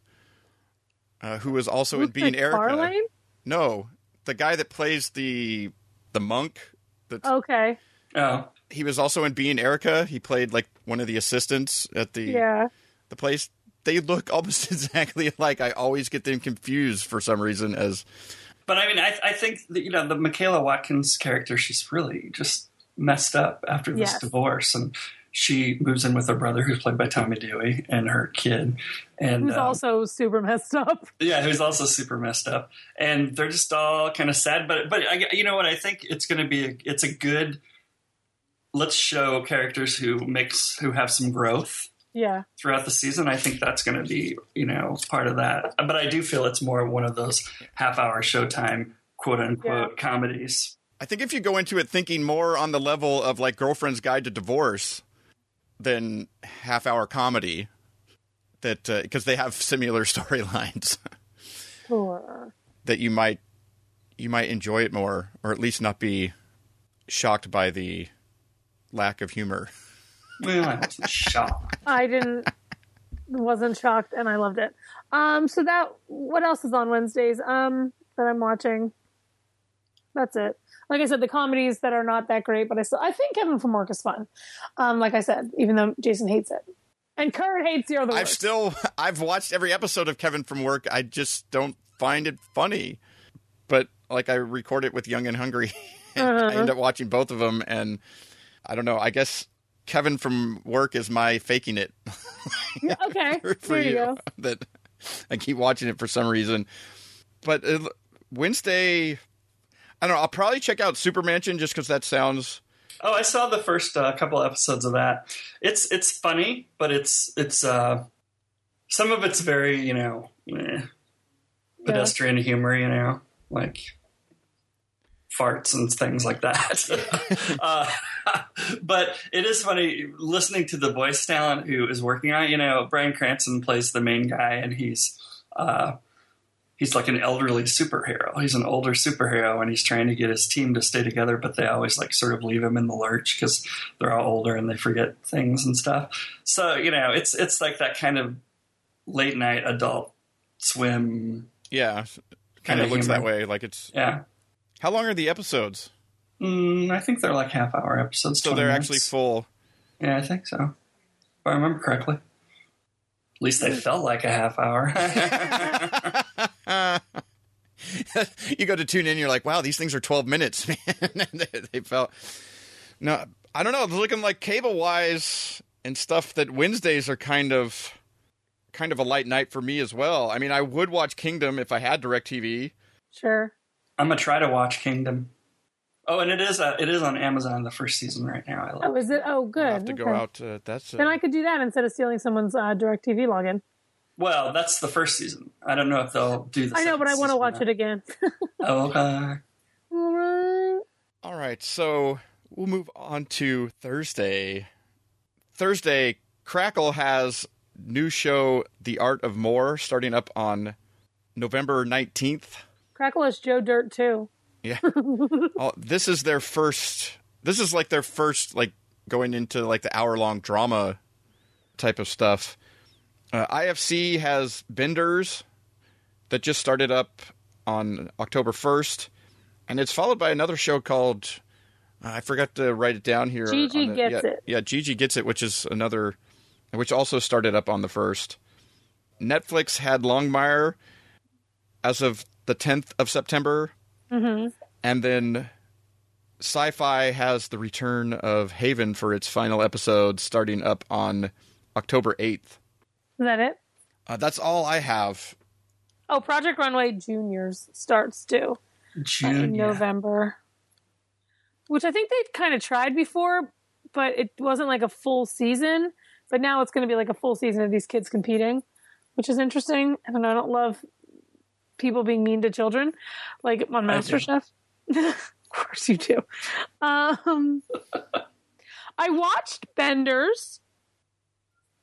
Speaker 2: uh, who was also in
Speaker 1: Luke
Speaker 2: Being Erica.
Speaker 1: McFarlane?
Speaker 2: No, the guy that plays the the monk. That's,
Speaker 1: Okay.
Speaker 3: Oh,
Speaker 2: He was also in Being Erica. He played like one of the assistants at the
Speaker 1: Yeah.
Speaker 2: the place. They look almost exactly alike. I always get them confused for some reason as
Speaker 3: but I mean, I, I think that, you know the Michaela Watkins character. She's really just messed up after this
Speaker 1: Yes.
Speaker 3: divorce, and she moves in with her brother, who's played by Tommy Dewey, and her kid, and
Speaker 1: Who's
Speaker 3: um,
Speaker 1: also super messed up.
Speaker 3: Yeah, who's also super messed up, and they're just all kind of sad. But but I, you know what? I think it's going to be a, it's a good. Let's show characters who mix who have some growth
Speaker 1: Yeah.
Speaker 3: throughout the season. I think that's going to be you know part of that. But I do feel it's more one of those half hour Showtime quote unquote comedies.
Speaker 2: I think if you go into it thinking more on the level of like Girlfriend's Guide to Divorce than half hour comedy, that because they have similar storylines,
Speaker 1: Sure.
Speaker 2: that you might you might enjoy it more, or at least not be shocked by the lack of humor.
Speaker 3: Well, I wasn't shocked.
Speaker 1: I didn't wasn't shocked and I loved it. Um so that what else is on Wednesdays um that I'm watching? That's it. Like I said, the comedies that are not that great, but I still I think Kevin from Work is fun. Um like I said, even though Jason hates it. And Kurt hates the other
Speaker 2: I've
Speaker 1: worst.
Speaker 2: still I've watched every episode of Kevin from Work. I just don't find it funny. But like I record it with Young and Hungry, and I
Speaker 1: Uh-huh.
Speaker 2: end up watching both of them. And I don't know. I guess Kevin from Work is my faking it
Speaker 1: Yeah, okay.
Speaker 2: for, for
Speaker 1: there you,
Speaker 2: you.
Speaker 1: go.
Speaker 2: that I keep watching it for some reason. But it, Wednesday, I don't know. I'll probably check out Super Mansion just because that sounds.
Speaker 3: Oh, I saw the first uh, couple episodes of that. It's it's funny, but it's it's uh, some of it's very you know. eh.
Speaker 1: Yeah.
Speaker 3: pedestrian humor, you know, like farts and things like that. uh, but it is funny listening to the voice talent who is working on it. You know, Brian Cranston plays the main guy, and he's uh, he's like an elderly superhero. He's an older superhero, and he's trying to get his team to stay together, but they always like sort of leave him in the lurch because they're all older and they forget things and stuff. So you know, it's it's like that kind of late night adult swim
Speaker 2: Yeah, kind of
Speaker 3: Kinda
Speaker 2: looks
Speaker 3: humor.
Speaker 2: that way. Like it's
Speaker 3: yeah.
Speaker 2: how long are the episodes?
Speaker 3: Mm, I think they're like half hour episodes.
Speaker 2: So
Speaker 3: 20
Speaker 2: they're
Speaker 3: minutes.
Speaker 2: actually full.
Speaker 3: Yeah, I think so. If I remember correctly. At least they felt like a half hour.
Speaker 2: you go to tune in, you're like, wow, these things are 12 minutes, man. And they- they felt. No, I don't know. Looking like cable wise and stuff that Wednesdays are kind of kind of a light night for me as well. I mean, I would watch Kingdom if I had DirecTV.
Speaker 1: Sure.
Speaker 3: I'm gonna try to watch Kingdom. Oh, and it is uh, it is on Amazon the first season right now. I
Speaker 1: Oh,
Speaker 3: love.
Speaker 1: is it? Oh, good.
Speaker 2: I have to go
Speaker 1: Okay.
Speaker 2: out. Uh, that's uh,
Speaker 1: Then I could do that instead of stealing someone's uh, DirecTV login.
Speaker 3: Well, that's the first season. I don't know if they'll do the.
Speaker 1: I know, but I want to watch it again.
Speaker 3: Oh, okay.
Speaker 1: All right.
Speaker 2: All right, so we'll move on to Thursday. Thursday, Crackle has new show The Art of More starting up on November 19th.
Speaker 1: Crackle has Joe Dirt too.
Speaker 2: Yeah. oh, this is their first this is like their first like going into like the hour long drama type of stuff. Uh, IFC has Benders that just started up on October 1st and it's followed by another show called uh, I forgot to write it down here.
Speaker 1: Gigi
Speaker 2: on the-
Speaker 1: Gets
Speaker 2: yeah,
Speaker 1: It.
Speaker 2: Yeah, Gigi Gets It, which is another which also started up on the 1st. Netflix had Longmire as of the 10th of September.
Speaker 1: Mm-hmm.
Speaker 2: And then Sci Fi has the return of Haven for its final episode starting up on October 8th.
Speaker 1: Is that it?
Speaker 2: Uh, that's all I have.
Speaker 1: Oh, Project Runway Juniors starts too in
Speaker 3: June. yeah.
Speaker 1: November, which I think they kind of tried before, but it wasn't like a full season. But now it's going to be like a full season of these kids competing, which is interesting. I don't know. I don't love people being mean to children, like on
Speaker 3: I do.
Speaker 1: MasterChef. of course you do. Um, I watched Benders.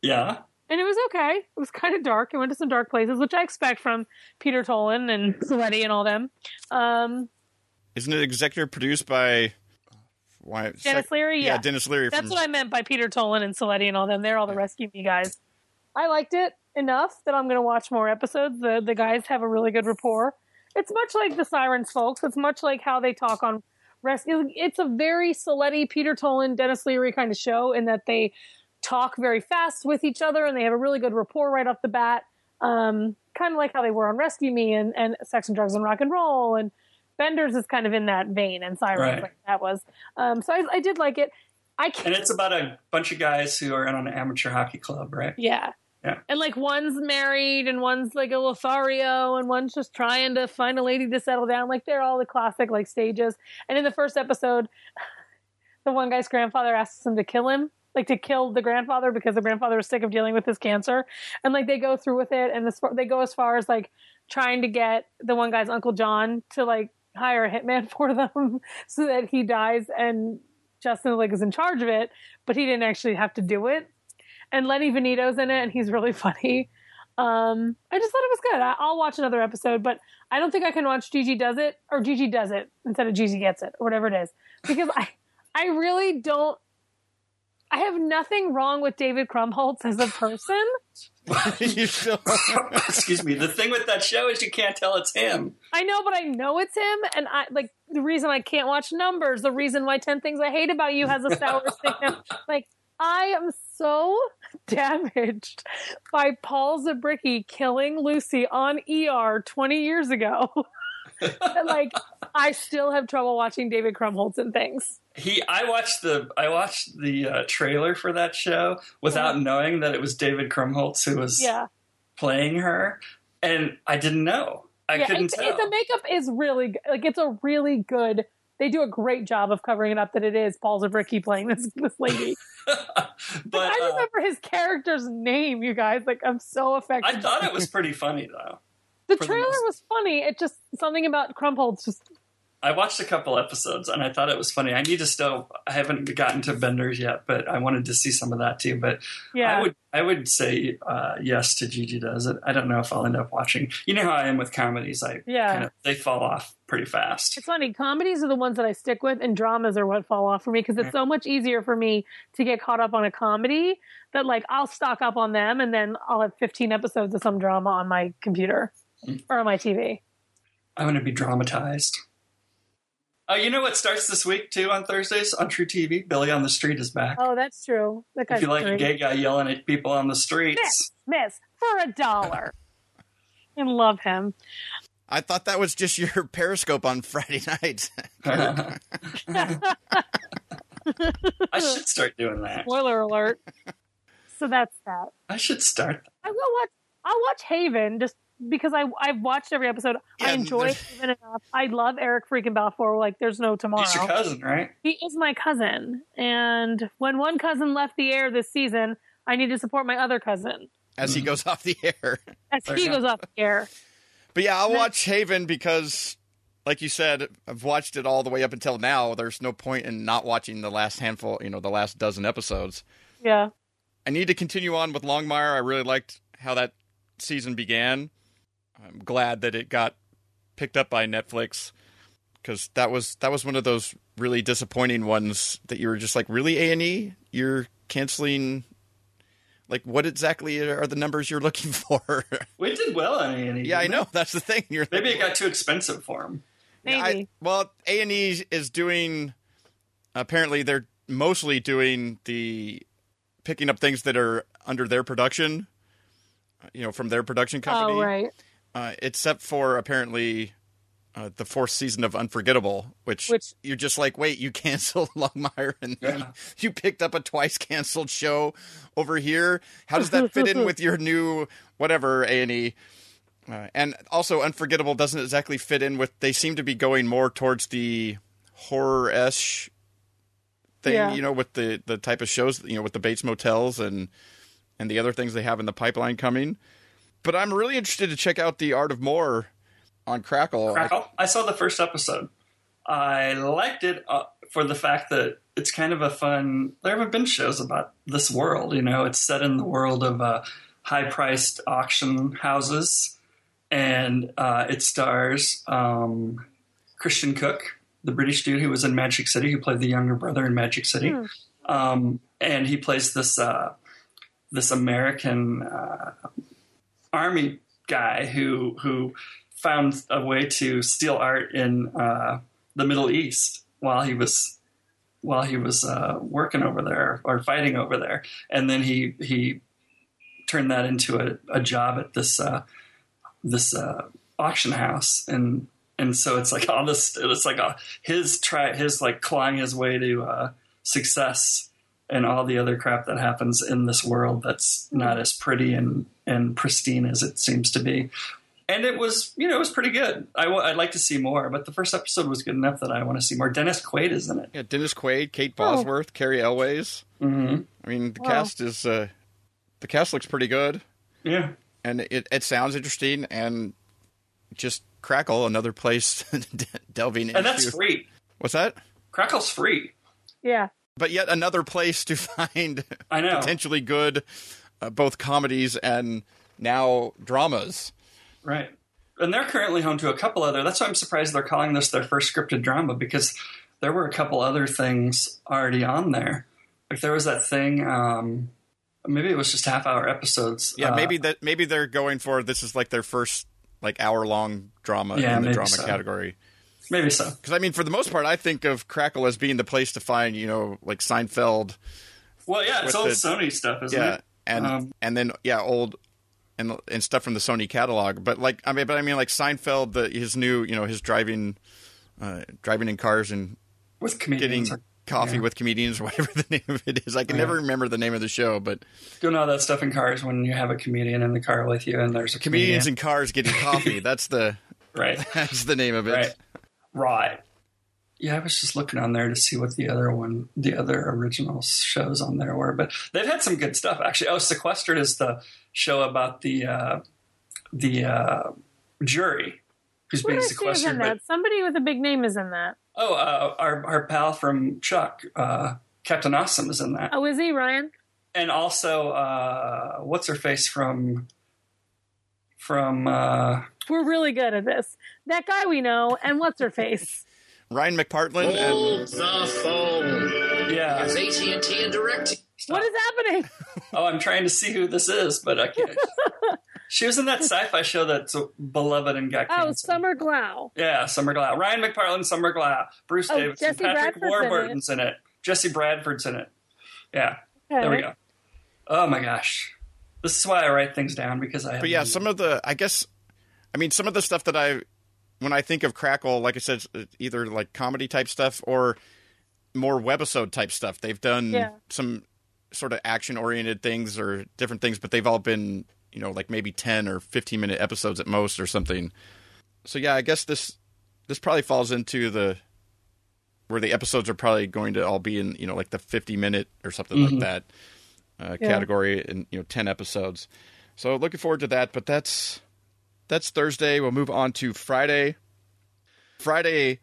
Speaker 3: Yeah.
Speaker 1: and it was okay. It was kind of dark. It went to some dark places, which I expect from Peter Tolan and Saletti and all them. Um,
Speaker 2: Isn't it executive produced by why
Speaker 1: Dennis Leary, yeah.
Speaker 2: Dennis Leary.
Speaker 1: That's
Speaker 2: from,
Speaker 1: what I meant by Peter Tolan and Saletti and all them. They're all the Rescue Me guys. I liked it enough that I'm going to watch more episodes. The the guys have a really good rapport. It's much like the Sirens, folks. It's much like how they talk on Rescue. It's a very Saletti, Peter Tolan, Dennis Leary kind of show in that they talk very fast with each other and they have a really good rapport right off the bat. Um, kind of like how they were on Rescue Me and, and Sex and Drugs and Rock and Roll and Benders is kind of in that vein and Sirens
Speaker 3: Right.
Speaker 1: like that was. Um, so I, I did like it. I can't.
Speaker 3: And it's about a bunch of guys who are in on an amateur hockey club, right?
Speaker 1: Yeah.
Speaker 3: Yeah.
Speaker 1: And like one's married and one's like a Lothario and one's just trying to find a lady to settle down. Like they're all the classic like stages. And in the first episode, the one guy's grandfather asks him to kill him, like to kill the grandfather because the grandfather was sick of dealing with his cancer. And like they go through with it and as far, they go as far as like trying to get the one guy's Uncle John to like hire a hitman for them so that he dies and Justin like is in charge of it, but he didn't actually have to do it and Lenny Venito's in it, and he's really funny. Um, I just thought it was good. I, I'll watch another episode, but I don't think I can watch Gigi Does It or Gigi Does It instead of Gigi Gets It or whatever it is because I, I really don't. I have nothing wrong with David Krumholtz as a person.
Speaker 2: you still,
Speaker 3: Excuse me. The thing with that show is you can't tell it's him.
Speaker 1: I know, but I know it's him, and I like the reason I can't watch Numbers, the reason why Ten Things I Hate About You has a sour stick. Now. Like I am so damaged by Paul Zabricki killing Lucy on ER 20 years ago. that, like I still have trouble watching David Krumholtz and things.
Speaker 3: He, I watched the, I watched the uh, trailer for that show without knowing that it was David Krumholtz who was
Speaker 1: Uh-huh. Yeah,
Speaker 3: playing her, and I didn't know. I
Speaker 1: yeah.
Speaker 3: couldn't
Speaker 1: It's,
Speaker 3: tell.
Speaker 1: it's the makeup is really good. like it's a really good. They do a great job of covering it up that it is Paul Zabricki playing this this lady.
Speaker 3: but
Speaker 1: I
Speaker 3: uh,
Speaker 1: remember his character's name, you guys. Like, I'm so
Speaker 3: I
Speaker 1: affected.
Speaker 3: thought it was pretty funny though.
Speaker 1: the
Speaker 3: for the
Speaker 1: trailer
Speaker 3: most-
Speaker 1: was funny. It just something about Crumpholz just
Speaker 3: I watched a couple episodes and I thought it was funny. I need to still. I haven't gotten to Benders yet, but I wanted to see some of that too. But
Speaker 1: yeah.
Speaker 3: I would I would say uh, yes to Gigi Does It. I don't know if I'll end up watching. You know how I am with comedies. I
Speaker 1: Yeah.
Speaker 3: kind of, they fall off pretty fast.
Speaker 1: it's funny. Comedies are the ones that I stick with, and dramas are what fall off for me because it's so much easier for me to get caught up on a comedy that like I'll stock up on them, and then I'll have 15 episodes of some drama on my computer
Speaker 3: Mm.
Speaker 1: or on my TV.
Speaker 3: I'm going to be dramatized. Oh, you know what starts this week too on Thursdays on True TV? Billy on the Street is back.
Speaker 1: Oh, that's true. That guy's
Speaker 3: if you like a
Speaker 1: great.
Speaker 3: gay guy yelling at people on the streets,
Speaker 1: Miss for a dollar. I love him.
Speaker 2: I thought that was just your Periscope on Friday night.
Speaker 3: I should start doing that.
Speaker 1: Spoiler alert. so that's that.
Speaker 3: I should start.
Speaker 1: I will watch. I'll watch Haven just because I I've watched every episode. I
Speaker 2: Yeah,
Speaker 1: enjoy
Speaker 2: there's-
Speaker 1: Haven enough. I love Eric freaking Balfour. Like there's no tomorrow.
Speaker 3: He's your cousin, right?
Speaker 1: He is my cousin, and when one cousin left the air this season, I need to support my other cousin
Speaker 2: as he goes off the air.
Speaker 1: as
Speaker 3: Fair
Speaker 1: he
Speaker 3: enough.
Speaker 1: goes off the air.
Speaker 2: But yeah, I'll
Speaker 1: Next.
Speaker 2: watch Haven because, like you said, I've watched it all the way up until now. There's no point in not watching the last handful, you know, the last dozen episodes.
Speaker 1: Yeah,
Speaker 2: I need to continue on with Longmire. I really liked how that season began. I'm glad that it got picked up by Netflix because that was that was one of those really disappointing ones that you were just like, really A and E, you're canceling. Like, what exactly are the numbers you're looking for?
Speaker 3: We did well on A and E.
Speaker 2: yeah, I know that's the thing. You're
Speaker 3: Maybe it got too expensive for him.
Speaker 2: Yeah,
Speaker 1: maybe.
Speaker 2: I, well, A and E is doing. Apparently, they're mostly doing the picking up things that are under their production. uh, You know, from their production company,
Speaker 1: oh right.
Speaker 2: uh, except for apparently uh, the fourth season of Unforgettable, which,
Speaker 1: Which-
Speaker 2: you're just like, wait, you canceled Longmire and then
Speaker 3: Yeah.
Speaker 2: you picked up a twice canceled show over here. How does that fit in with your new whatever A and E? Uh, and also, Unforgettable doesn't exactly fit in with. They seem to be going more towards the horror ish thing,
Speaker 1: Yeah.
Speaker 2: you know, with the the type of shows, you know, with the Bates Motels and and the other things they have in the pipeline coming. But I'm really interested to check out the Art of More on Crackle.
Speaker 3: Crackle. I saw the first episode. I liked it uh, for the fact that it's kind of a fun. There haven't been shows about this world, you know. It's set in the world of uh, high-priced auction houses, and uh, it stars um, Christian Cook the British dude who was in Magic City, who played the younger brother in Magic City, um, and he plays this uh, this American uh, army guy who who found a way to steal art in uh, the Middle East while he was while he was uh, working over there or fighting over there, and then he he turned that into a, a job at this uh, this uh, auction house and. And so it's like all this. It's like a, his try, his like clawing his way to uh, success and all the other crap that happens in this world that's not as pretty and, and pristine as it seems to be. And it was, you know, it was pretty good. I w- I'd like to see more, but the first episode was good enough that I want to see more. Dennis Quaid is in it.
Speaker 2: Yeah, uh, Dennis Quaid, Kate
Speaker 3: Oh.
Speaker 2: Bosworth, Carrie Elways.
Speaker 3: hmm
Speaker 2: I mean, the
Speaker 1: Wow.
Speaker 2: cast is uh, the cast looks pretty good,
Speaker 3: Yeah.
Speaker 2: and it, it sounds interesting, and just Crackle, another place delving into.
Speaker 3: And that's free.
Speaker 2: What's that?
Speaker 3: Crackle's free.
Speaker 1: Yeah.
Speaker 2: But yet another place to find
Speaker 3: I know.
Speaker 2: potentially good, uh, both comedies and now dramas.
Speaker 3: Right. And they're currently home to a couple other. That's why I'm surprised they're calling this their first scripted drama because there were a couple other things already on there. Like there was that thing. Um, maybe it was just half hour episodes.
Speaker 2: Yeah,
Speaker 3: uh,
Speaker 2: maybe that maybe they're going for this is like their first like hour long drama
Speaker 3: Yeah,
Speaker 2: in the
Speaker 3: maybe
Speaker 2: drama
Speaker 3: so.
Speaker 2: category.
Speaker 3: Uh, maybe so.
Speaker 2: Because I mean, for the most part, I think of Crackle as being the place to find you know like Seinfeld.
Speaker 3: Well, yeah, it's
Speaker 2: with
Speaker 3: old
Speaker 2: the-
Speaker 3: Sony stuff, isn't
Speaker 2: yeah,
Speaker 3: it?
Speaker 2: and
Speaker 3: Um,
Speaker 2: and then yeah, old and and stuff from the Sony catalog. But like I mean, but I mean like Seinfeld, the, his new you know his driving, uh, driving in cars and
Speaker 3: With
Speaker 2: getting
Speaker 3: comedians, or-
Speaker 2: coffee
Speaker 3: yeah. Oh,
Speaker 2: with comedians or whatever the name of it is. I can
Speaker 3: Yeah.
Speaker 2: never remember the name of the show, but
Speaker 3: doing all that stuff in cars when you have a comedian in the car with you, and there's a comedian,
Speaker 2: comedians in cars getting coffee. that's the
Speaker 3: right?
Speaker 2: that's the name of it.
Speaker 3: Right. Right. Yeah, I was just looking on there to see what the other one, the other original shows on there were, but they've had some good stuff actually. Oh, Sequestered is the show about the uh, the uh, jury who's
Speaker 1: What
Speaker 3: being
Speaker 1: did I say was in
Speaker 3: sequestered.
Speaker 1: that?
Speaker 3: But,
Speaker 1: Somebody with a big name is in that.
Speaker 3: oh, uh, our our pal from Chuck, uh, Captain Awesome, is in that,
Speaker 1: Oh, is he Ryan?
Speaker 3: and also uh, what's her face from from uh,
Speaker 1: We're really good at this. That guy we know, and what's her face?
Speaker 2: Ryan McPartland
Speaker 3: Oh.
Speaker 2: and
Speaker 4: Hold the phone.
Speaker 3: yeah.
Speaker 4: It's AT&T and direct.
Speaker 1: What is happening?
Speaker 3: Oh, I'm trying to see who this is, but I can't. she was in that sci-fi show that's beloved and got
Speaker 1: Oh,
Speaker 3: canceled.
Speaker 1: Summer Glau.
Speaker 3: yeah, Summer Glau. Ryan McParland, Summer Glau, Bruce
Speaker 1: Oh,
Speaker 3: Davidson,
Speaker 1: Jesse
Speaker 3: Patrick
Speaker 1: Bradford's in
Speaker 3: Warburton's in it. Jesse Bradford's in it. Yeah, there we go. Oh my gosh, this is why I write things down because I.
Speaker 2: but yeah, some of the I guess, I mean, some of the stuff that I when I think of Crackle, like I said, it's either like comedy type stuff or more webisode type stuff. They've done
Speaker 1: Yeah.
Speaker 2: some sort of action oriented things or different things, but they've all been you know like maybe ten or fifteen minute episodes at most or something. So yeah, I guess this this probably falls into the where the episodes are probably going to all be in you know like the 50 minute or something like that uh,
Speaker 1: Mm-hmm. Yeah.
Speaker 2: category in you know 10 episodes so looking forward to that but that's that's thursday we'll move on to friday friday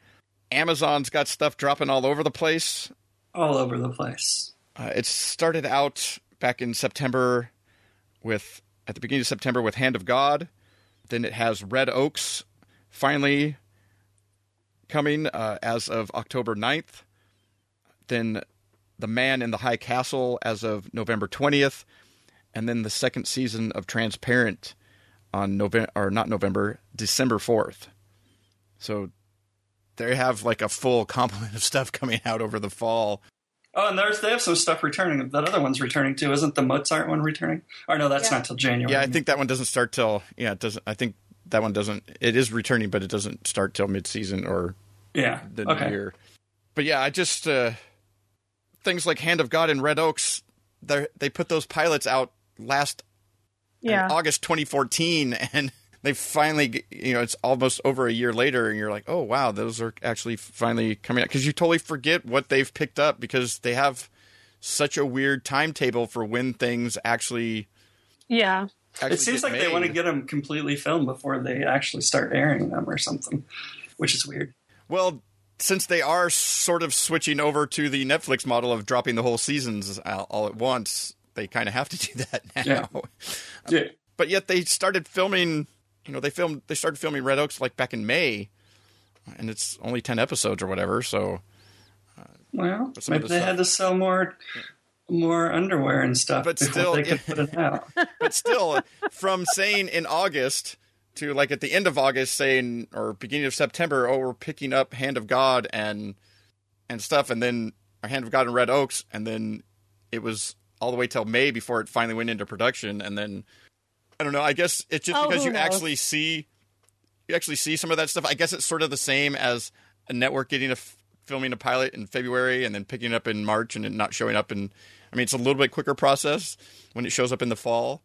Speaker 2: amazon's got stuff dropping all over the place
Speaker 3: all over the place.
Speaker 2: uh, it started out back in september with at the beginning of september with hand of god then it has red oaks finally coming uh, as of October 9th. Then The Man in the High Castle as of November 20th. And then the second season of Transparent on November, or not November, December 4th. So they have like a full complement of stuff coming out over the fall.
Speaker 3: Oh, and there's they have some stuff returning. That other one's returning too, isn't the Mozart one returning? Or no, that's
Speaker 1: Yeah.
Speaker 3: not till January.
Speaker 2: Yeah, I think that one doesn't start till, yeah, it doesn't, I think that one doesn't, it is returning, but it doesn't start till mid season or
Speaker 3: Yeah.
Speaker 2: the
Speaker 3: okay.
Speaker 2: new year. But yeah, I just uh, things like Hand of God and Red Oaks. They they put those pilots out last in
Speaker 1: Yeah.
Speaker 2: August 2014, and they finally g- you know it's almost over a year later, and you're like, oh wow, those are actually finally coming out because you totally forget what they've picked up because they have such a weird timetable for when things actually.
Speaker 1: Yeah.
Speaker 2: actually
Speaker 3: It seems
Speaker 2: get
Speaker 3: like they want to
Speaker 2: made.
Speaker 3: get them completely filmed before they actually start airing them or something, which is weird.
Speaker 2: Well, since they are sort of switching over to the Netflix model of dropping the whole seasons all, all at once, they kind of have to do that now. Uh,
Speaker 3: Yeah.
Speaker 2: But yet they started filming, you know, they filmed they started filming Red Oaks like back in May. and it's only ten episodes or whatever. So
Speaker 3: Well,
Speaker 2: But some of
Speaker 3: maybe
Speaker 2: the
Speaker 3: they
Speaker 2: stuff-
Speaker 3: had to sell more more underwear and stuff
Speaker 2: But
Speaker 3: before
Speaker 2: still, Uh,
Speaker 3: they could put it out.
Speaker 2: but still, from saying in August to like at the end of August saying or beginning of September, oh, we're picking up Hand of God and and stuff, and then or Hand of God and Red Oaks, and then it was all the way till May before it finally went into production, and then I don't know. I guess it's just
Speaker 1: Oh,
Speaker 2: because
Speaker 1: who
Speaker 2: you
Speaker 1: knows?
Speaker 2: actually see you actually see some of that stuff. I guess it's sort of the same as a network getting a f- filming a pilot in February and then picking it up in March and it not showing up in. I mean, it's a little bit quicker process when it shows up in the fall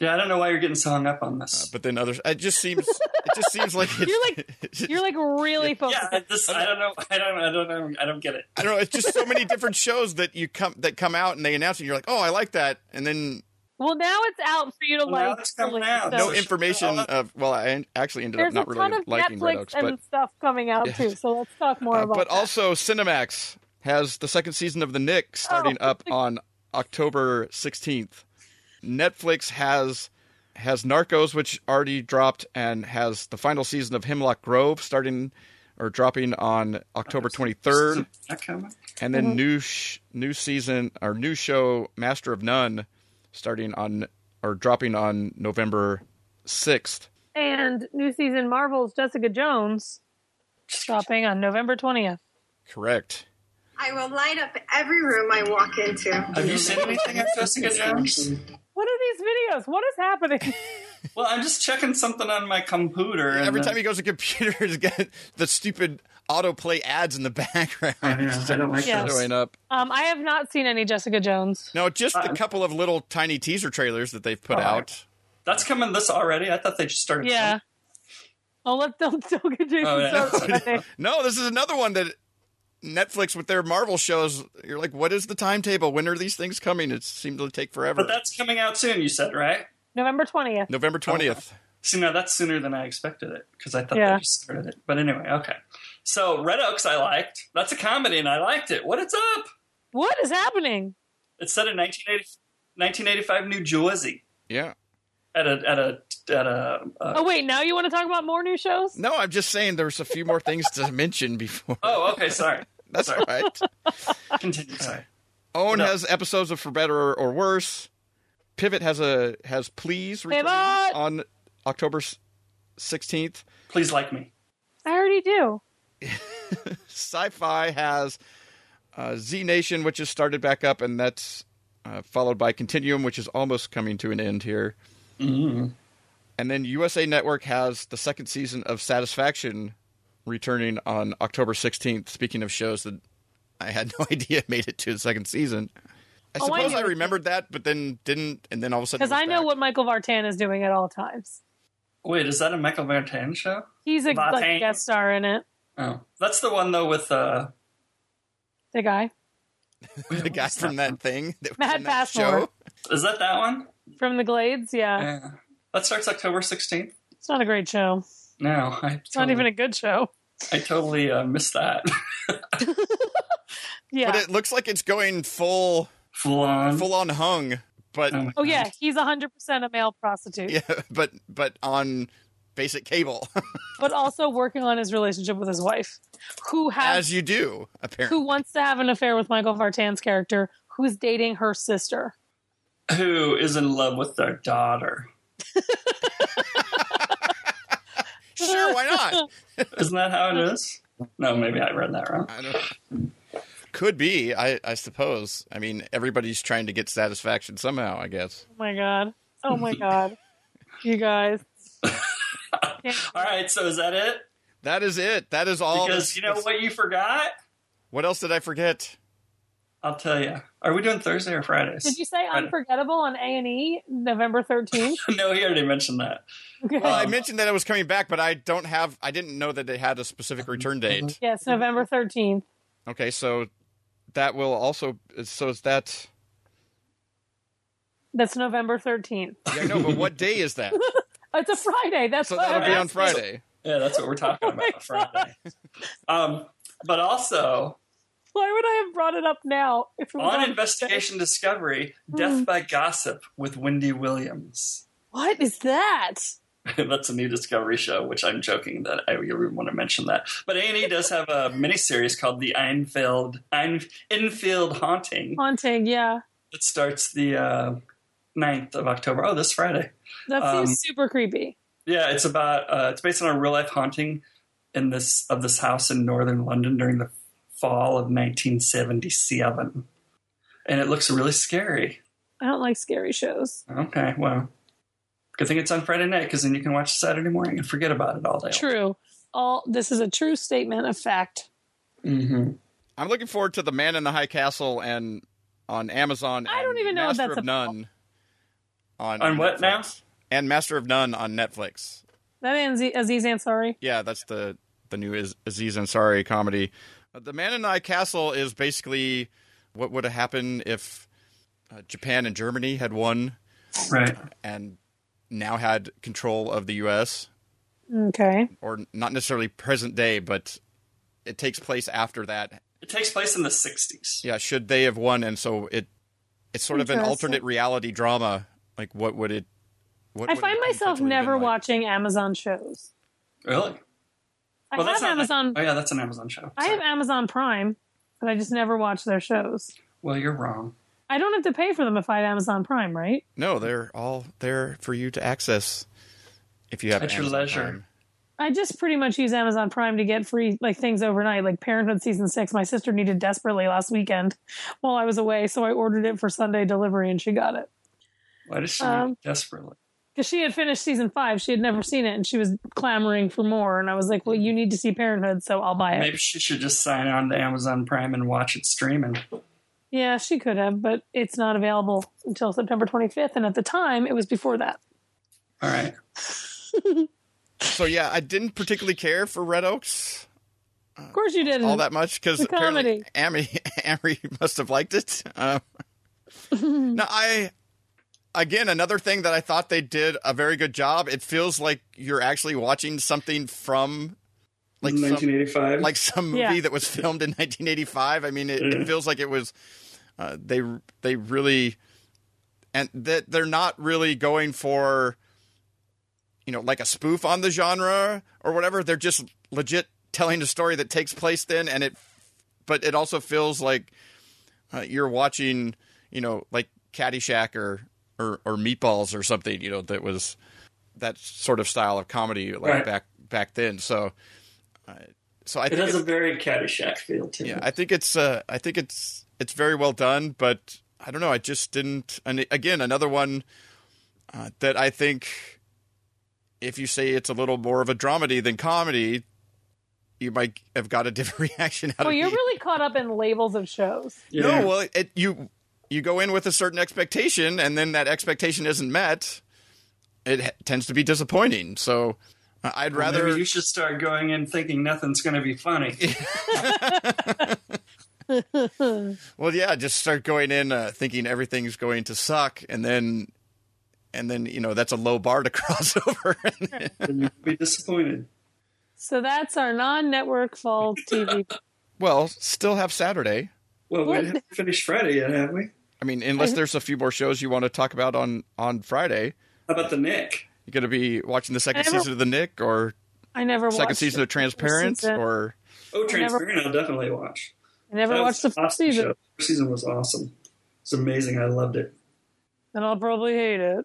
Speaker 3: Yeah, I don't know why you're getting so hung up on this.
Speaker 2: Uh, but then others. It just seems. it just seems like it's.
Speaker 1: You're like-
Speaker 2: it's-
Speaker 1: You're like really focused.
Speaker 3: yeah, I- this I don't know. I don't. I don't know. I don't get it.
Speaker 2: I don't know. It's just so many different shows that you come that come out and they announce it. You're like, oh, I like that, and then
Speaker 1: Well, now it's out for you to
Speaker 3: Well, now
Speaker 1: like.
Speaker 3: it's coming
Speaker 1: delete,
Speaker 3: out.
Speaker 2: no
Speaker 1: so-
Speaker 3: it's-
Speaker 2: information of. Well, I en- actually ended
Speaker 1: There's
Speaker 2: up not
Speaker 1: a ton
Speaker 2: really
Speaker 1: of
Speaker 2: liking
Speaker 1: Netflix
Speaker 2: Red Oaks,
Speaker 1: and
Speaker 2: but
Speaker 1: stuff coming out
Speaker 2: Yes.
Speaker 1: too. So let's talk more
Speaker 2: uh,
Speaker 1: about.
Speaker 2: but
Speaker 1: that.
Speaker 2: also Cinemax has the second season of The Nick starting
Speaker 1: Oh.
Speaker 2: up on October 16th. Netflix has has Narcos, which already dropped, and has the final season of Hemlock Grove starting or dropping on October 23rd.
Speaker 3: Is that coming?
Speaker 2: and
Speaker 3: Mm-hmm.
Speaker 2: then new sh- new season or new show Master of None starting on or dropping on November 6th.
Speaker 1: and new season Marvel's Jessica Jones dropping on November twentieth.
Speaker 2: Correct.
Speaker 5: I will light up every room I walk into.
Speaker 3: Have you seen anything of Jessica Jones?
Speaker 1: What are these videos? What is happening?
Speaker 3: Well, I'm just checking something on my computer. and
Speaker 2: Every
Speaker 3: then-
Speaker 2: time he goes to computer, he's got the stupid autoplay ads in the background
Speaker 3: I know, I don't like
Speaker 1: Yeah.
Speaker 3: this.
Speaker 2: showing up.
Speaker 1: um, I have not seen any Jessica Jones.
Speaker 2: No, just
Speaker 3: Uh-uh.
Speaker 2: a couple of little tiny teaser trailers that they've put
Speaker 3: Oh.
Speaker 2: out.
Speaker 3: That's coming this already. I thought they just started.
Speaker 1: Yeah. Oh, let's don't, don't get Jason
Speaker 3: Oh, yeah.
Speaker 1: started. by-
Speaker 2: No, this is another one that Netflix with their Marvel shows. You're like, what is the timetable? When are these things coming? It seemed to take forever.
Speaker 3: But that's coming out soon. You said right.
Speaker 1: November twentieth.
Speaker 2: November 20th.
Speaker 3: See, now that's sooner than I expected it because I thought
Speaker 1: Yeah.
Speaker 3: they just started it. But anyway, okay. So Red Oaks, I liked. That's a comedy, and I liked it. What it's up?
Speaker 1: What is happening?
Speaker 3: It's set in 1980, 1985 New Jersey
Speaker 2: Yeah.
Speaker 3: at a at a at a. Uh,
Speaker 1: Oh wait, now you want to talk about more new shows?
Speaker 2: No, I'm just saying there's a few more things to mention before.
Speaker 3: oh, okay. Sorry.
Speaker 2: That's all right.
Speaker 3: Continue. Sorry.
Speaker 2: Own
Speaker 3: No.
Speaker 2: has episodes of For Better or Worse. Pivot has a has Please returning
Speaker 1: Pivot!
Speaker 2: on October sixteenth.
Speaker 3: Please like me.
Speaker 1: I already do.
Speaker 2: Sci-fi has uh, Z Nation, which is started back up, and that's uh, followed by Continuum, which is almost coming to an end here. And then USA Network has the second season of Satisfaction returning on October 16th. Speaking of shows that I had no idea made it to the second season. I
Speaker 1: Oh, I
Speaker 2: suppose
Speaker 1: knew
Speaker 2: I,
Speaker 1: it.
Speaker 2: remembered that, but then didn't. And then all of a sudden. it
Speaker 1: Because
Speaker 2: was
Speaker 1: I know
Speaker 2: back.
Speaker 1: what Michael Vartan is doing at all times.
Speaker 3: Wait, is that a Michael Van Tan show?
Speaker 1: He's a
Speaker 3: Vartan.
Speaker 1: like, guest star in it.
Speaker 3: Oh, that's the one though with uh,
Speaker 1: The guy
Speaker 2: the guy from that thing that was
Speaker 1: Matt
Speaker 2: in that
Speaker 1: Passmore.
Speaker 2: show.
Speaker 3: Is that that one?
Speaker 1: from The Glades. Yeah,
Speaker 2: Uh,
Speaker 3: Yeah. That starts October 16th.
Speaker 1: it's not a great show.
Speaker 3: No, I
Speaker 1: It's not even
Speaker 3: totally,
Speaker 1: a good show.
Speaker 3: I totally uh, missed that.
Speaker 1: Yeah.
Speaker 2: But it looks like it's going full
Speaker 3: Full on.
Speaker 2: full on hung, but
Speaker 3: Oh, my
Speaker 1: oh
Speaker 3: God.
Speaker 1: yeah, he's hundred percent a male prostitute,
Speaker 2: yeah, but but on basic cable
Speaker 1: but also working on his relationship with his wife, who has
Speaker 2: as you do apparently.
Speaker 1: who wants to have an affair with Michael Vartan's character, who's dating her sister.
Speaker 3: Who is in love with their daughter?
Speaker 2: Sure, why not?
Speaker 3: Isn't that how it is? No, maybe I read that wrong.
Speaker 2: I don't. Could be, I, I suppose. I mean, everybody's trying to get satisfaction somehow, I guess.
Speaker 1: Oh my god! Oh my god! you guys.
Speaker 3: All right, so is that it?
Speaker 2: That is it. That is all.
Speaker 3: Because you know what you forgot?
Speaker 2: What else did I forget?
Speaker 3: I'll tell you. Are we doing Thursday or Fridays?
Speaker 1: Did you say
Speaker 3: Right.
Speaker 1: unforgettable on A and E November thirteenth?
Speaker 3: no, he already mentioned that.
Speaker 1: Okay.
Speaker 2: Well, I
Speaker 3: um,
Speaker 2: mentioned that it was coming back, but I don't have. I didn't know that it had a specific
Speaker 3: Uh-huh.
Speaker 2: return date.
Speaker 1: yes, November thirteenth.
Speaker 2: Okay, so that will also. So is that?
Speaker 1: That's November thirteenth.
Speaker 2: Yeah, no. But what day is that?
Speaker 1: It's a Friday. That's
Speaker 2: So
Speaker 1: why
Speaker 2: that'll be
Speaker 1: I'm
Speaker 2: on Friday.
Speaker 3: Yeah, that's what we're talking
Speaker 1: Oh my
Speaker 3: about Friday. Um, but also
Speaker 1: Why would I have brought it up now? If it was
Speaker 3: on Investigation
Speaker 1: Hmm.
Speaker 3: Discovery, Death by Gossip with Wendy Williams.
Speaker 1: What is that?
Speaker 3: That's a new Discovery show, which I'm joking that I really want to mention that. But A&E does have a miniseries called The Einfeld, Ein, Enfield Haunting
Speaker 1: Haunting, yeah.
Speaker 3: that starts the uh, 9th of October. Oh, this Friday.
Speaker 1: That
Speaker 3: Um,
Speaker 1: seems super creepy.
Speaker 3: Yeah, it's about uh, it's based on a real life haunting in this of this house in northern London during the fall of 1977, and it looks really scary.
Speaker 1: I don't like scary shows.
Speaker 3: Okay, well, good thing it's on Friday night because then you can watch it Saturday morning and forget about it all day.
Speaker 1: True. All this is a true statement of fact.
Speaker 3: Mm-hmm.
Speaker 2: I'm looking forward to The Man in the High Castle and on Amazon.
Speaker 1: I
Speaker 2: and
Speaker 1: don't even know if
Speaker 2: Master
Speaker 1: that's
Speaker 2: of
Speaker 1: a-
Speaker 2: None. On,
Speaker 3: On what now?
Speaker 2: Netflix. And Master of None on Netflix.
Speaker 1: That ends Aziz Ansari.
Speaker 2: Yeah, that's the the new Iz- Aziz Ansari comedy. Uh, the Man in the High Castle is basically what would have happened if uh, Japan and Germany had won
Speaker 3: Right.
Speaker 2: and now had control of the U.S.
Speaker 1: Okay.
Speaker 2: or not necessarily present day, but it takes place after that.
Speaker 3: It takes place in the 60s.
Speaker 2: Yeah, should they have won? And so it it's sort of an
Speaker 1: Interesting.
Speaker 2: alternate reality drama. Like, what would it? What
Speaker 1: I
Speaker 2: would
Speaker 1: find
Speaker 2: it
Speaker 1: myself
Speaker 2: potentially been
Speaker 1: never
Speaker 2: like?
Speaker 1: watching Amazon shows.
Speaker 3: Really?
Speaker 1: I have
Speaker 3: Well, that's not-
Speaker 1: Amazon.
Speaker 3: Oh yeah, that's an Amazon show.
Speaker 1: I have
Speaker 3: Sorry.
Speaker 1: Amazon Prime, but I just never watch their shows.
Speaker 3: Well, you're wrong.
Speaker 1: I don't have to pay for them if I have Amazon Prime, right?
Speaker 2: No, they're all there for you to access if you have
Speaker 3: At your
Speaker 2: Amazon
Speaker 3: leisure.
Speaker 2: Prime.
Speaker 1: I just pretty much use Amazon Prime to get free like things overnight, like Parenthood season six. My sister needed desperately last weekend while I was away, so I ordered it for Sunday delivery, and she got it
Speaker 3: Why does she
Speaker 1: Um,
Speaker 3: desperately?
Speaker 1: because she had finished season five. She had never seen it, and she was clamoring for more. And I was like, "Well, you need to see Parenthood, so I'll buy it."
Speaker 3: Maybe she should just sign on to Amazon Prime and watch it streaming.
Speaker 1: Yeah, she could have, but it's not available until September 25th, and at the time, it was before that.
Speaker 3: All right.
Speaker 2: So yeah, I didn't particularly care for Red Oaks
Speaker 1: Of course, you didn't.
Speaker 2: all that much because
Speaker 1: Mm. The
Speaker 2: apparently
Speaker 1: comedy.
Speaker 2: Amory, Amory must have liked it. Uh, no, I again another thing that I thought they did a very good job. It feels like you're actually watching something from like some,
Speaker 3: 1985.
Speaker 2: like some movie
Speaker 1: Yeah.
Speaker 2: that was filmed in 1985. I mean, it, it
Speaker 3: Yeah.
Speaker 2: feels like it was uh, they they really and that they're not really going for you know like a spoof on the genre or whatever. They're just legit telling a story that takes place then, and it but it also feels like uh, you're watching you know like Caddyshack or, or or Meatballs or something. You know that was that sort of style of comedy like
Speaker 3: Right.
Speaker 2: back back then. So. Uh, so I
Speaker 3: it
Speaker 2: think
Speaker 3: has
Speaker 2: it's-
Speaker 3: a very Caddyshack feel to
Speaker 2: yeah,
Speaker 3: it.
Speaker 2: I think it's uh, I think it's it's very well done, but I don't know. I just didn't. And again, another one uh, that I think if you say it's a little more of a dramedy than comedy, you might have got a different reaction out
Speaker 1: well,
Speaker 2: of
Speaker 1: Oh, you're
Speaker 2: me.
Speaker 1: really caught up in labels of shows.
Speaker 2: No, well, it, you you go in with a certain expectation, and then that expectation isn't met. It ha- tends to be disappointing. So uh, I'd rather
Speaker 3: Maybe you should start going in thinking nothing's going to be funny.
Speaker 2: Well, yeah, just start going in uh, thinking everything's going to suck, and then, and then you know that's a low bar to cross over.
Speaker 3: then you'll be disappointed.
Speaker 1: So that's our non-network fall TV.
Speaker 2: well, still have Saturday.
Speaker 3: Well,
Speaker 1: What?
Speaker 3: we haven't finished Friday yet, have we?
Speaker 2: I mean, unless there's a few more shows you want to talk about on on Friday,
Speaker 3: How about the Nick?
Speaker 2: you're going to be watching the second
Speaker 1: I never-
Speaker 2: season of The Nick, or
Speaker 1: I never
Speaker 2: second
Speaker 1: watched
Speaker 2: season
Speaker 1: it.
Speaker 2: of Transparent,
Speaker 1: season.
Speaker 2: or
Speaker 3: Oh,
Speaker 1: I never-
Speaker 3: Transparent, I'll definitely watch.
Speaker 1: I never
Speaker 3: That
Speaker 1: watched
Speaker 3: was
Speaker 1: the
Speaker 3: an
Speaker 1: first
Speaker 3: awesome
Speaker 1: season,
Speaker 3: show. First season was awesome. It's amazing. I loved it.
Speaker 1: and I'll probably hate it.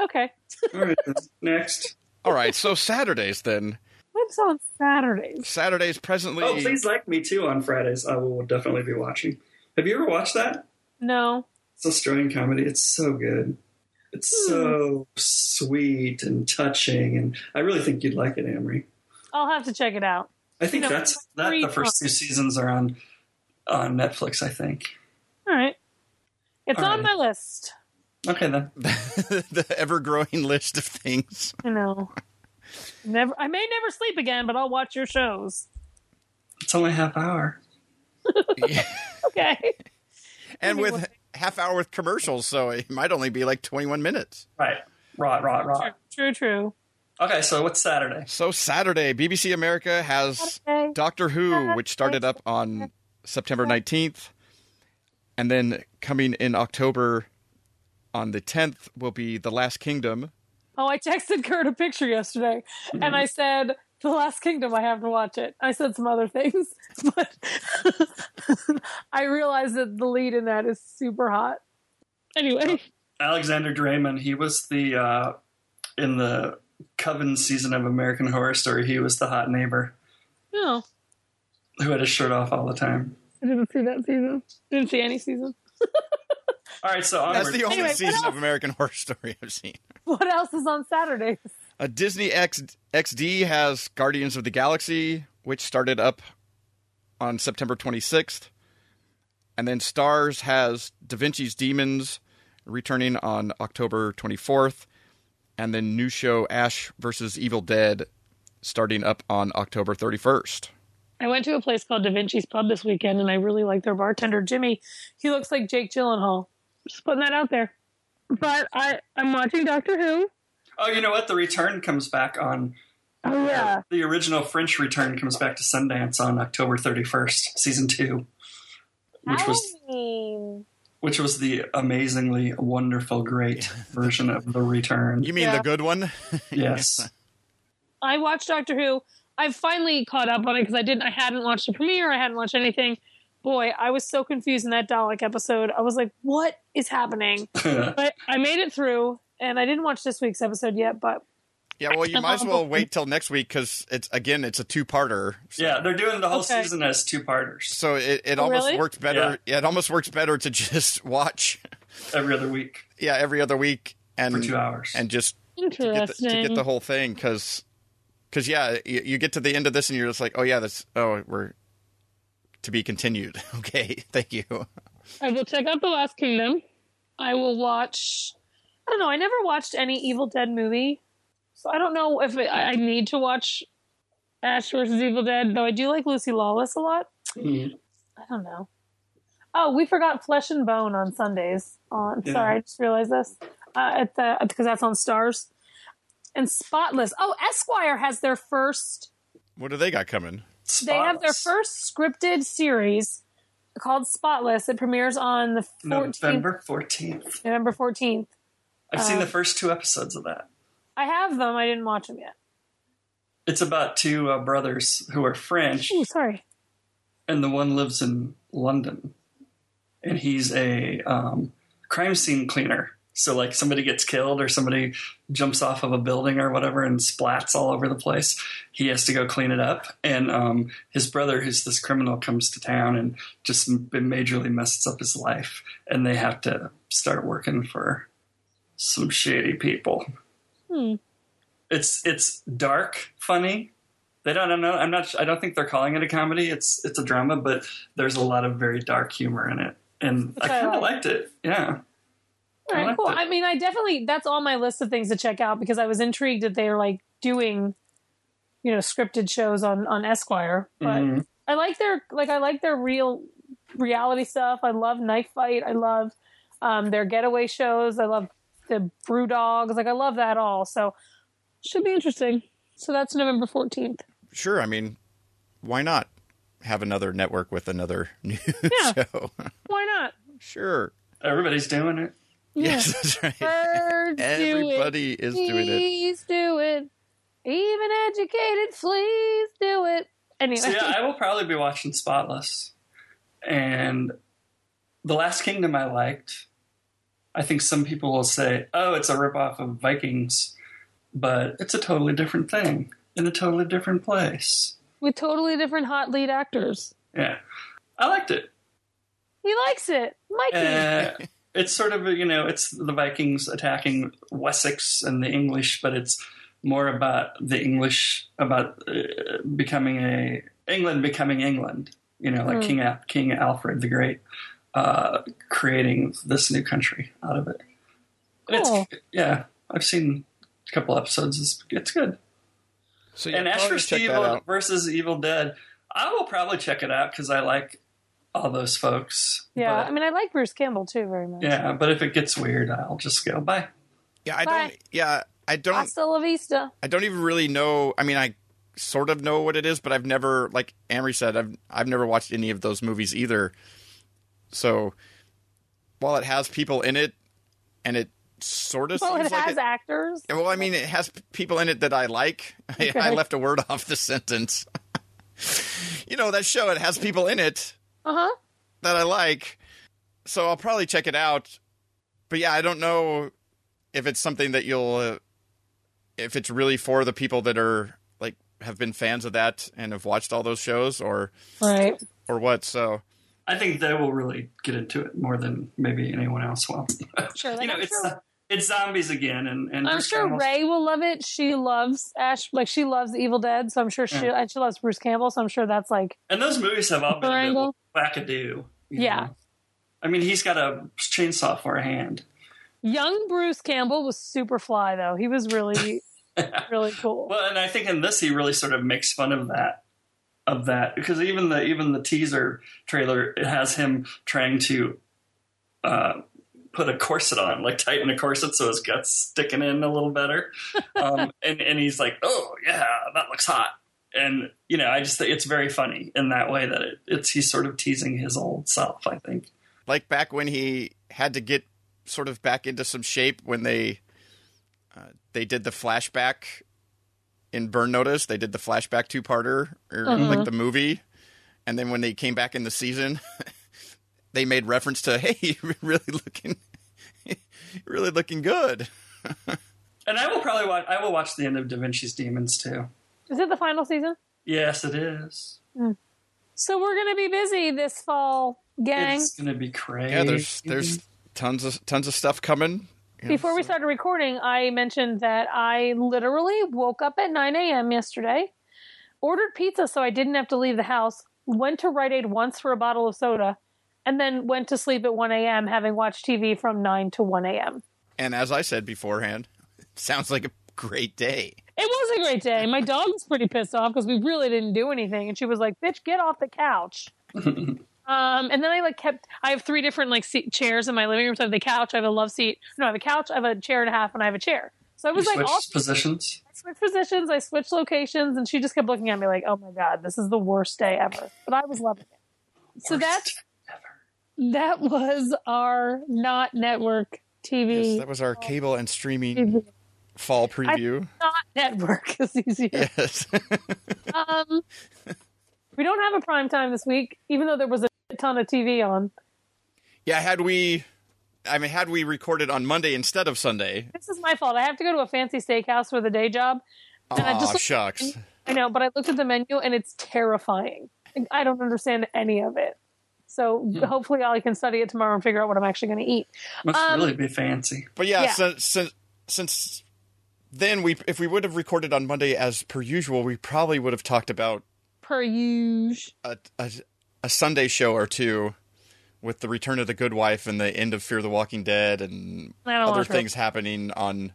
Speaker 1: Okay,
Speaker 3: All right, then. next.
Speaker 2: all right. So Saturdays then.
Speaker 1: what's on Saturdays?
Speaker 2: Saturdays presently.
Speaker 3: Oh, please like me too on Fridays. I will definitely be watching. Have you ever watched that?
Speaker 1: No,
Speaker 3: It's Australian comedy. It's so good. It's so sweet and touching, and I really think you'd like it, Amory.
Speaker 1: I'll have to check it out.
Speaker 3: I think
Speaker 1: No,
Speaker 3: that's that.
Speaker 1: free
Speaker 3: The first two seasons are on on Netflix. I think.
Speaker 1: All right, it's
Speaker 3: All
Speaker 1: on
Speaker 3: right.
Speaker 1: my list.
Speaker 3: Okay then.
Speaker 2: the ever growing list of things.
Speaker 1: I know. Never, I may never sleep again, but I'll watch your shows.
Speaker 3: It's only a half hour.
Speaker 1: Okay.
Speaker 2: and
Speaker 1: Anyway.
Speaker 2: with half hour with commercials, so it might only be like 21 minutes.
Speaker 3: Right. Right. Right. Right.
Speaker 1: True, true.
Speaker 3: Okay. So what's Saturday?
Speaker 2: So Saturday, BBC America has
Speaker 1: Saturday.
Speaker 2: Doctor Who, which started up on September 19th, and then coming in October on the 10th will be The Last Kingdom.
Speaker 1: Oh, I texted Kurt a picture yesterday
Speaker 3: Mm-hmm.
Speaker 1: and I said, The Last Kingdom, I have to watch it. I said some other things, but I realized that the lead in that is super hot. Anyway,
Speaker 3: Alexander Draymond, he was the uh, in the Coven season of American Horror Story. He was the hot neighbor
Speaker 1: no,
Speaker 3: who had his shirt off all the time.
Speaker 1: I didn't see that season. Didn't see any season.
Speaker 3: All right, so onward.
Speaker 2: That's the only
Speaker 1: Anyway, what
Speaker 2: season
Speaker 1: else?
Speaker 2: of American Horror Story I've seen.
Speaker 1: What else is on Saturdays?
Speaker 2: Uh, Disney X- XD has Guardians of the Galaxy, which started up on September 26th. And then Stars has Da Vinci's Demons returning on October 24th. And then new show Ash versus Evil Dead starting up on October 31st.
Speaker 1: I went to a place called Da Vinci's Pub this weekend, and I really like their bartender, Jimmy. He looks like Jake Gyllenhaal. Just putting that out there. But I, I'm watching Doctor Who.
Speaker 3: oh, you know what? The return comes back on
Speaker 1: Oh yeah,
Speaker 3: the original French return comes back to Sundance on October thirty first, season two, which was
Speaker 1: Halloween.
Speaker 3: which was the amazingly wonderful, great version of the return.
Speaker 2: You mean
Speaker 1: Yeah.
Speaker 2: the good one?
Speaker 3: Yes,
Speaker 1: I watched Doctor Who. I finally caught up on it because I didn't. I hadn't watched the premiere. I hadn't watched anything. Boy, I was so confused in that Dalek episode. I was like, "What is happening?" But I made it through, and I didn't watch this week's episode yet. But
Speaker 2: yeah, well, you might as well wait till next week because it's again, it's a two-parter. So,
Speaker 3: yeah, they're doing the whole
Speaker 1: Okay.
Speaker 3: season as two parters
Speaker 2: so it, it almost
Speaker 1: Oh, really?
Speaker 2: works better. Yeah, it almost works better to just watch
Speaker 3: every other week
Speaker 2: yeah every other week and
Speaker 3: for two hours.
Speaker 2: and just to get, the,
Speaker 1: interesting.
Speaker 2: to get the whole thing because because yeah you, you get to the end of this and you're just like oh yeah that's oh we're to be continued okay thank you
Speaker 1: I will check out The Last Kingdom. I will watch. I don't know. I never watched any Evil Dead movie, so I don't know if it, I, I need to watch Ash versus Evil Dead. Though I do like Lucy Lawless a lot.
Speaker 3: Mhm.
Speaker 1: I don't know. Oh, we forgot Flesh and Bone on Sundays. On
Speaker 3: Yeah.
Speaker 1: sorry, I just realized this uh, at the because that's on Stars and Spotless. Oh, Esquire has their first.
Speaker 2: what do they got coming
Speaker 1: They have their
Speaker 3: Spotless.
Speaker 1: first scripted series called Spotless. It premieres on the 14th,
Speaker 3: November 14th.
Speaker 1: November fourteenth.
Speaker 3: I've
Speaker 1: Uh.
Speaker 3: seen the first two episodes of that.
Speaker 1: I have them. I didn't watch them yet.
Speaker 3: It's about two uh, brothers who are French,
Speaker 1: Oh, sorry.
Speaker 3: and the one lives in London, and he's a um, crime scene cleaner. So, like, somebody gets killed or somebody jumps off of a building or whatever and splats all over the place. He has to go clean it up, and um, his brother, who's this criminal, comes to town and just m- majorly messes up his life, and they have to start working for some shady people.
Speaker 1: Hmm.
Speaker 3: it's it's dark funny they don't I don't know i'm not su- i don't think they're calling it a comedy it's it's a drama but there's a lot of very dark humor in it and i
Speaker 1: Okay.
Speaker 3: kind of liked it yeah
Speaker 1: All right,
Speaker 3: liked
Speaker 1: cool.
Speaker 3: it.
Speaker 1: I mean, I definitely that's on my list of things to check out because I was intrigued that they're like doing, you know, scripted shows on on Esquire. But
Speaker 3: Mhm.
Speaker 1: I like their like I like their real reality stuff. I love Knife Fight. I love um, their getaway shows. I love the Brew Dogs. Like I love that all. So should be interesting. So that's November fourteenth.
Speaker 2: sure i mean why not have another network with another new
Speaker 1: Yeah.
Speaker 2: show
Speaker 1: Why not?
Speaker 2: sure
Speaker 3: everybody's doing it
Speaker 2: yes that's right
Speaker 1: Birds
Speaker 2: everybody is doing it
Speaker 1: Please do it. Even educated, please do it. Anyway,
Speaker 3: so yeah i will probably be watching spotless and the last kingdom i liked i think some people will say oh it's a ripoff of vikings but it's a totally different thing in a totally different place
Speaker 1: with totally different hot lead actors.
Speaker 3: yeah i liked it
Speaker 1: He likes it. Mikey.
Speaker 3: Uh, it's sort of you know it's the Vikings attacking Wessex and the English, but it's more about the English about uh, becoming a England becoming England. You know,
Speaker 1: Hmm.
Speaker 3: like King Al- King Alfred the Great uh, creating this new country out of it. And
Speaker 1: Cool.
Speaker 3: It's, yeah, I've seen a couple episodes. It's, it's good.
Speaker 2: so yeah,
Speaker 3: and
Speaker 2: probably
Speaker 3: Ash vs.
Speaker 2: check that
Speaker 3: Evil
Speaker 2: out
Speaker 3: versus Evil Dead, I will probably check it out because I like all those folks.
Speaker 1: yeah,
Speaker 3: but-
Speaker 1: I mean, I like Bruce Campbell too very much.
Speaker 3: yeah, but if it gets weird, I'll just go bye.
Speaker 2: yeah i
Speaker 1: Bye.
Speaker 2: don't yeah i don't
Speaker 1: Hasta la vista.
Speaker 2: I don't even really know. I mean, I sort of know what it is, but I've never, like Amory said, I've I've never watched any of those movies either. So, while it has people in it, and it sort of
Speaker 1: Well,
Speaker 2: seems
Speaker 1: it
Speaker 2: like
Speaker 1: has
Speaker 2: it-
Speaker 1: actors.
Speaker 2: Well, I mean, it has p- people in it that I like. I- I
Speaker 1: Okay.
Speaker 2: left a word off the sentence. you know, that show, it has people in it
Speaker 1: Uh huh.
Speaker 2: that I like. So I'll probably check it out. But yeah, I don't know if it's something that you'll, uh, if it's really for the people that are like, have been fans of that and have watched all those shows or,
Speaker 1: Right.
Speaker 2: or what. So
Speaker 3: I think they will really get into it more than maybe anyone else will.
Speaker 1: Sure. Like,
Speaker 3: you know,
Speaker 1: I'm
Speaker 3: it's uh,
Speaker 1: sure,
Speaker 3: it's zombies again, and and
Speaker 1: I'm
Speaker 3: Bruce
Speaker 1: sure
Speaker 3: Campbell's-
Speaker 1: Ray will love it. She loves Ash. Like she loves The Evil Dead, so I'm sure she and she loves Bruce Campbell. So I'm sure that's like
Speaker 3: And those movies have all been
Speaker 1: her
Speaker 3: a bit
Speaker 1: angle.
Speaker 3: wackadoo. you
Speaker 1: Yeah.
Speaker 3: know. I mean, he's got a chainsaw for a hand.
Speaker 1: Young Bruce Campbell was super fly though. He was really, really cool.
Speaker 3: Well, and I think in this he really sort of makes fun of that, of that, because even the even the teaser trailer it has him trying to uh, put a corset on, like tighten a corset so his guts sticking in a little better, um, and and he's like, oh yeah, that looks hot, and you know I just think it's very funny in that way that it, it's he's sort of teasing his old self, I think.
Speaker 2: like back when he had to get sort of back into some shape when they uh, they did the flashback in Burn Notice. They did the flashback two parter or
Speaker 1: Uh-huh.
Speaker 2: like the movie, and then when they came back in the season, they made reference to hey, you're really looking, you're really looking good.
Speaker 3: And I will probably watch. I will watch the end of Da Vinci's Demons too.
Speaker 1: Is it the final season?
Speaker 3: Yes, it is.
Speaker 1: So we're gonna be busy this fall, gang.
Speaker 3: It's gonna be crazy.
Speaker 2: Yeah, there's there's tons of tons of stuff coming. You know,
Speaker 1: Before we started recording, I mentioned that I literally woke up at 9 a.m. yesterday, ordered pizza so I didn't have to leave the house, went to Rite Aid once for a bottle of soda, and then went to sleep at 1 a.m., having watched TV from 9 to 1 a.m.
Speaker 2: and as I said beforehand, sounds like a great day.
Speaker 1: It was a great day. My dog was pretty pissed off because we really didn't do anything, and she was like, "Bitch, get off the couch." um, and then I like kept. I have three different like seat, chairs in my living room. So I have the couch. I have a love seat. No, I have a couch. I have a chair and a half, and I have a chair. So I
Speaker 3: You
Speaker 1: was like,
Speaker 3: switched
Speaker 1: all
Speaker 3: positions.
Speaker 1: I switched positions. I switched locations, and she just kept looking at me like, "Oh my god, this is the worst day ever." But I was loving it. So that
Speaker 3: Worst
Speaker 1: that was our not network TV.
Speaker 2: Yes, that was our cable and streaming fall preview.
Speaker 1: not network is easier.
Speaker 2: Yes.
Speaker 1: Um, we don't have a prime time this week, even though there was a ton of TV on.
Speaker 2: yeah, had we I mean had we recorded on Monday instead of Sunday.
Speaker 1: This is my fault. I have to go to a fancy steakhouse with a day job. And I
Speaker 2: Aw,
Speaker 1: just-
Speaker 2: ah, shucks.
Speaker 1: I know, but I looked at the menu and it's terrifying. Like, I don't understand any of it. So hopefully, I can study it tomorrow and figure out what I'm actually going to eat.
Speaker 3: Must
Speaker 1: Um,
Speaker 3: really be fancy.
Speaker 2: But yeah,
Speaker 1: Yeah.
Speaker 2: Since, since since then we if we would have recorded on Monday as per usual, we probably would have talked about
Speaker 1: Per usual.
Speaker 2: a a, a Sunday show or two with the return of the good wife and the end of Fear the Walking Dead and
Speaker 1: I don't
Speaker 2: other
Speaker 1: want to.
Speaker 2: things happening on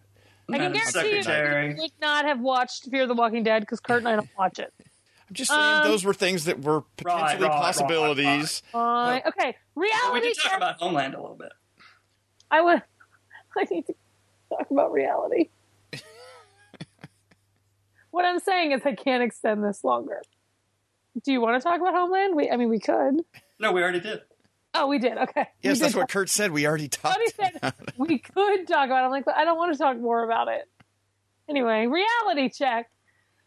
Speaker 1: I can
Speaker 3: Madam
Speaker 1: guarantee you,
Speaker 3: Secretary.
Speaker 1: I would not have watched Fear the Walking Dead because Kurt and I don't watch it.
Speaker 2: I'm just saying
Speaker 1: Um,
Speaker 2: those were things that were
Speaker 3: right,
Speaker 2: potentially
Speaker 3: right,
Speaker 2: possibilities.
Speaker 1: Fine. okay,
Speaker 3: Well, we
Speaker 1: reality
Speaker 3: did talk
Speaker 1: check.
Speaker 3: about Homeland a little bit.
Speaker 1: I would. I need to talk about reality. what I'm saying is, I can't extend this longer. Do you want to talk about Homeland? We, I mean, we could.
Speaker 3: No, we already did.
Speaker 1: Oh, we did. Okay.
Speaker 2: Yes,
Speaker 1: we
Speaker 2: that's
Speaker 1: did.
Speaker 2: what Kurt said. We already talked.
Speaker 1: Somebody said we could talk about. It. I'm like, but I don't want to talk more about it. Anyway, reality check.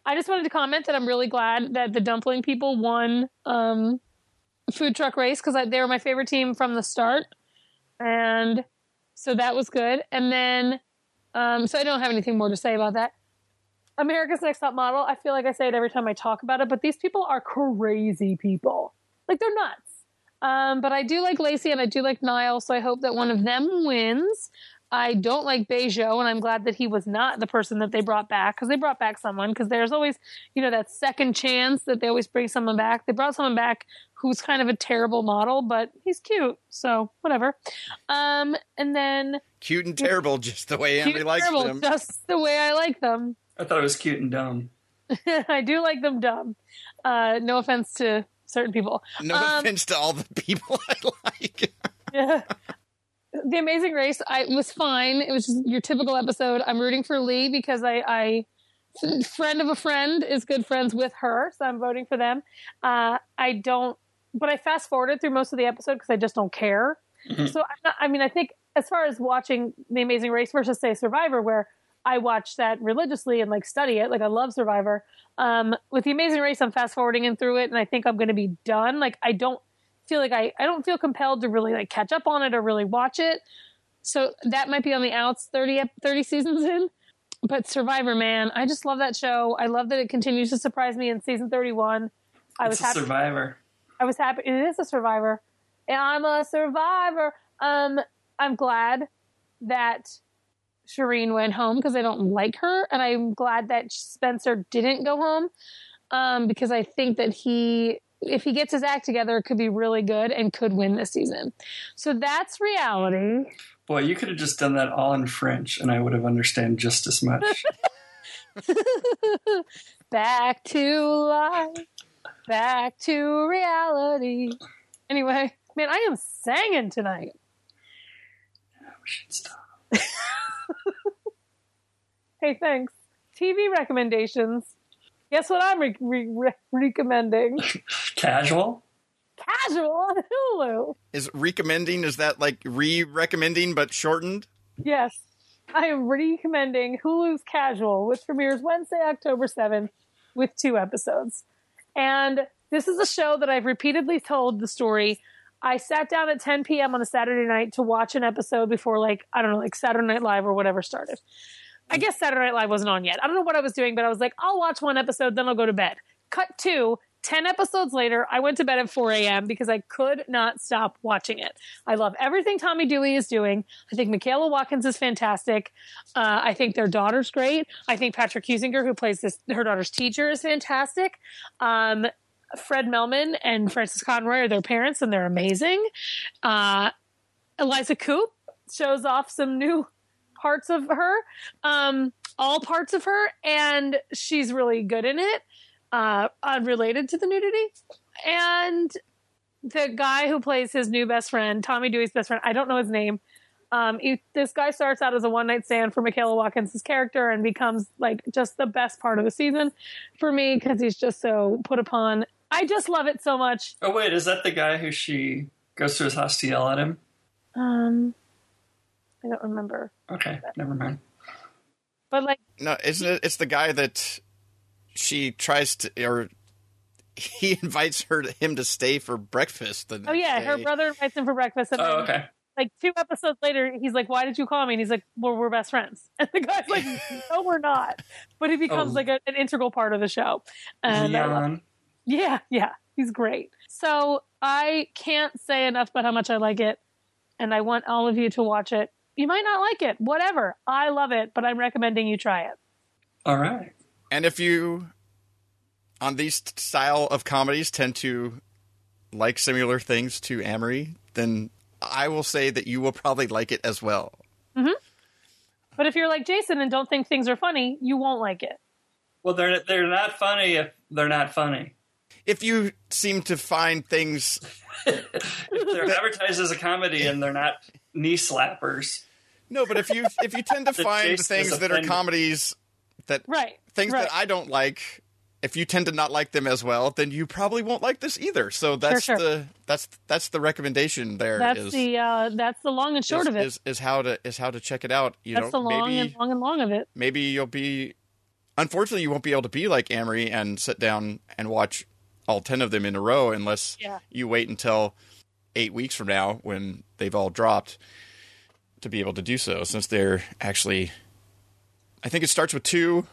Speaker 1: I just wanted to comment that I'm really glad that the dumpling people won um, food truck race because they were my favorite team from the start, and so that was good. And then, um, so I don't have anything more to say about that. America's Next Top Model. I feel like I say it every time I talk about it, but these people are crazy people. Like they're nuts. Um, but I do like Lacey and I do like Niall, so I hope that one of them wins. I don't like Bejo, and I'm glad that he was not the person that they brought back because they brought back someone because there's always, you know, that second chance that they always bring someone back. They brought someone back who's kind of a terrible model, but he's cute, so whatever. Um, and then
Speaker 2: cute and terrible, just the way
Speaker 1: cute
Speaker 2: Henry likes
Speaker 1: terrible,
Speaker 2: them.
Speaker 1: just the way I like them.
Speaker 3: I thought it was cute and dumb.
Speaker 1: I do like them dumb. Uh, no offense to certain people.
Speaker 2: No
Speaker 1: Um,
Speaker 2: offense to all the people I like.
Speaker 1: Yeah. The Amazing Race, I was fine. It was just your typical episode. I'm rooting for Lee because I, I f- friend of a friend is good friends with her, so I'm voting for them. Uh, I
Speaker 3: Mm-hmm.
Speaker 1: don't, but I fast forwarded through most of the episode because I just don't care. So I'm not, I mean, I think as far as watching The Amazing Race versus say Survivor, where I watch that religiously and like study it, like I love Survivor. Um, with The Amazing Race, I'm fast forwarding in through it, and I think I'm going to be done. Like I don't feel like I I don't feel compelled to really like catch up on it or really watch it. So that might be on the outs 30, ep- 30 seasons in. But Survivor, man, I just love that show. I love that it continues to surprise me in season 31. I was
Speaker 3: It's a
Speaker 1: happy.
Speaker 3: survivor.
Speaker 1: I was happy. It is a survivor. And I'm a survivor. Um, I'm glad that Shireen went home because I don't like her, and I'm glad that Spencer didn't go home um, because I think that he, if he gets his act together, could be really good and could win this season. So that's reality.
Speaker 3: Boy, you could have just done that all in French, and I would have understood just as much.
Speaker 1: back to life, back to reality. Anyway, man, I am singing tonight.
Speaker 3: We should stop.
Speaker 1: Hey, thanks. TV recommendations. Guess what I'm re- re- re- recommending?
Speaker 3: Casual?
Speaker 1: Casual on Hulu.
Speaker 2: Is recommending is that like re-recommending but shortened?
Speaker 1: Yes, I am recommending Hulu's Casual, which premieres Wednesday, October 7th, with two episodes. And this is a show that I've repeatedly told the story. I sat down at 10 p.m. on a Saturday night to watch an episode before, like, I don't know, like Saturday Night Live or whatever started. I guess Saturday Night Live wasn't on yet. I don't know what I was doing, but I was like, I'll watch one episode, then I'll go to bed. Cut two, 10 episodes later, I went to bed at 4 a.m. because I could not stop watching it. I love everything Tommy Dewey is doing. I think Michaela Watkins is fantastic. Uh, I think their daughter's great. I think Patrick Husinger, who plays this, her daughter's teacher, is fantastic. Um, Fred Melman and Francis Conroy are their parents, and they're amazing. Uh, Eliza Coop shows off some new parts of her, um, all parts of her, and she's really good in it, uh, unrelated to the nudity. And the guy who plays his new best friend, Tommy Dewey's best friend, I don't know his name. Um, he, this guy starts out as a one night stand for Michaela Watkins' character and becomes like just the best part of the season for me because he's just so put upon. I just love it so much.
Speaker 3: Oh, wait, is that the guy who she goes to his house to yell at him?
Speaker 1: Um, I don't remember,
Speaker 3: Okay, never mind.
Speaker 1: but like
Speaker 2: No, isn't it? It's the guy that she tries to, or he invites her to him to stay for breakfast. The
Speaker 1: Oh yeah,
Speaker 2: next
Speaker 1: her
Speaker 2: day.
Speaker 1: brother invites him for breakfast, and
Speaker 3: Oh,
Speaker 1: then,
Speaker 3: okay.
Speaker 1: like two episodes later, he's like, "Why did you call me?" And he's like, "Well, we're best friends." And the guy's like, "No, we're not." But he becomes
Speaker 3: Oh.
Speaker 1: like a, an integral part of the show. And I love-
Speaker 3: Leon.
Speaker 1: yeah, yeah, he's great. So I can't say enough about how much I like it, and I want all of you to watch it. You might not like it, whatever. I love it, but I'm recommending you try it.
Speaker 3: All right.
Speaker 2: And if you, on these t- style of comedies, tend to like similar things to Amory, then I will say that you will probably like it as well.
Speaker 1: But if you're like Jason and don't think things are funny, you won't like it.
Speaker 3: Well, they're they're not funny if they're not funny.
Speaker 2: If you seem to find things,
Speaker 3: If they're advertised as a comedy and they're not knee slappers.
Speaker 2: no, but if you if you tend to
Speaker 3: The
Speaker 2: find
Speaker 3: taste is
Speaker 2: things that are
Speaker 3: offended.
Speaker 2: comedies that
Speaker 1: Right.
Speaker 2: things
Speaker 1: right.
Speaker 2: that I don't like, if you tend to not like them as well, then you probably won't like this either. So that's
Speaker 1: sure.
Speaker 2: the that's that's the recommendation there
Speaker 1: that's
Speaker 2: is-
Speaker 1: the uh, that's the long and short
Speaker 2: is-
Speaker 1: of it.
Speaker 2: is- is how to is how to check it out. You
Speaker 1: That's
Speaker 2: know,
Speaker 1: the long
Speaker 2: maybe
Speaker 1: and long and long of it.
Speaker 2: maybe you'll be unfortunately you won't be able to be like Amory and sit down and watch all ten of them in a row unless
Speaker 1: Yeah.
Speaker 2: you wait until eight weeks from now when they've all dropped to be able to do so since they're actually I think it starts with two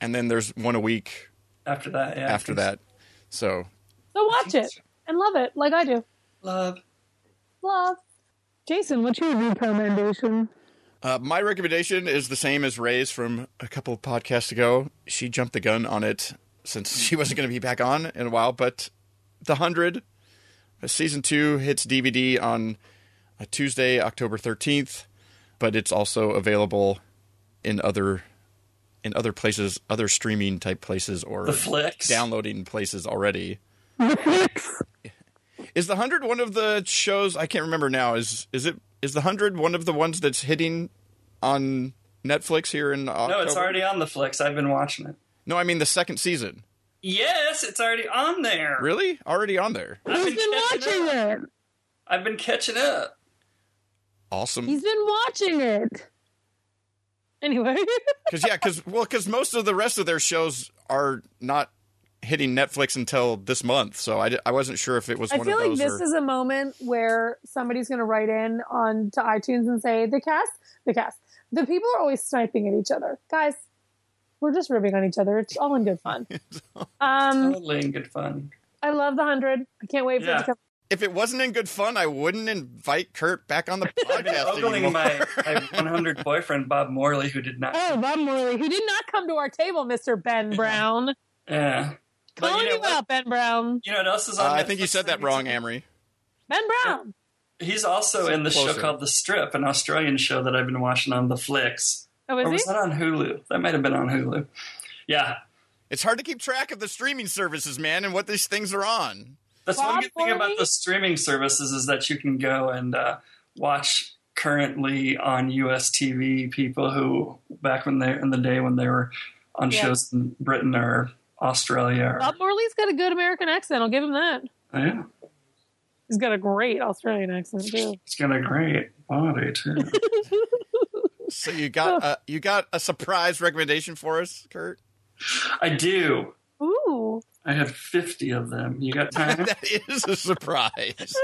Speaker 2: and then there's one a week
Speaker 3: After that, yeah.
Speaker 2: after that. So
Speaker 1: So watch it and love it like I do.
Speaker 3: love.
Speaker 1: Love. Jason, what's your recommendation?
Speaker 2: uh, my recommendation is the same as Ray's from a couple of podcasts ago. She jumped the gun on it since she wasn't going to be back on in a while. But The Hundred, uh, season two, hits DVD on uh, Tuesday, October thirteenth. But it's also available in other in other places, other streaming type places, or
Speaker 3: The flicks.
Speaker 2: downloading places already. is the hundred one of the shows? I can't remember now. Is is it is the hundred one of the ones that's hitting on Netflix here in October?
Speaker 3: No, it's already on the flicks. I've been watching it.
Speaker 2: No, I mean the second season.
Speaker 3: Yes, it's already on there.
Speaker 2: Really, already on there?
Speaker 3: I've been, catching up.
Speaker 1: it?
Speaker 3: I've been catching up.
Speaker 2: awesome.
Speaker 6: He's been watching it.
Speaker 1: Anyway,
Speaker 2: Because yeah, because well, because most of the rest of their shows are not hitting Netflix until this month, so I, di- I wasn't sure if it was
Speaker 1: I
Speaker 2: one
Speaker 1: feel
Speaker 2: of
Speaker 1: like
Speaker 2: those.
Speaker 1: this
Speaker 2: or,
Speaker 1: is a moment where somebody's going to write in on to iTunes and say the cast, the cast, the people are always sniping at each other, guys. We're just ribbing on each other. It's all in good fun. Um,
Speaker 3: Totally in good fun.
Speaker 1: I love the hundred. I can't wait for it
Speaker 3: Yeah.
Speaker 1: to come.
Speaker 2: if it wasn't in good fun, I wouldn't invite Kurt back on the
Speaker 3: I've been
Speaker 2: podcast anymore.
Speaker 3: ogling my, my 100 boyfriend, Bob Morley, who did not.
Speaker 1: Oh, Bob Morley, who did not come to our table, Mister Ben Brown.
Speaker 3: Yeah. But
Speaker 1: Calling
Speaker 3: you know
Speaker 1: you
Speaker 3: what?
Speaker 1: out, Ben Brown.
Speaker 3: You know what else is
Speaker 2: Uh,
Speaker 3: on
Speaker 2: I think you
Speaker 3: Netflix
Speaker 2: said that
Speaker 3: right
Speaker 2: wrong,
Speaker 3: now?
Speaker 2: Amory.
Speaker 1: Ben Brown.
Speaker 3: He's also in the
Speaker 2: Closer.
Speaker 3: show called The Strip, an Australian show that I've been watching on the Flicks.
Speaker 1: Oh,
Speaker 3: Or
Speaker 1: is
Speaker 3: was
Speaker 1: he?
Speaker 3: that on Hulu? That might have been on Hulu. Yeah.
Speaker 2: It's hard to keep track of the streaming services, man, and what these things are on.
Speaker 3: That's
Speaker 1: Bob
Speaker 3: one good thing
Speaker 1: Morley?
Speaker 3: about the streaming services is that you can go and uh, watch currently on US TV people who back when they in the day when they were on
Speaker 1: Yeah.
Speaker 3: shows in Britain or Australia. Or,
Speaker 1: Bob Morley's got a good American accent. I'll give him that.
Speaker 3: yeah,
Speaker 1: He's got a great Australian accent too.
Speaker 3: it's got a great body too.
Speaker 2: So you got a, you got a surprise recommendation for us, Kurt?
Speaker 3: I do.
Speaker 1: Ooh.
Speaker 3: I have fifty of them. You got time?
Speaker 2: that is a surprise.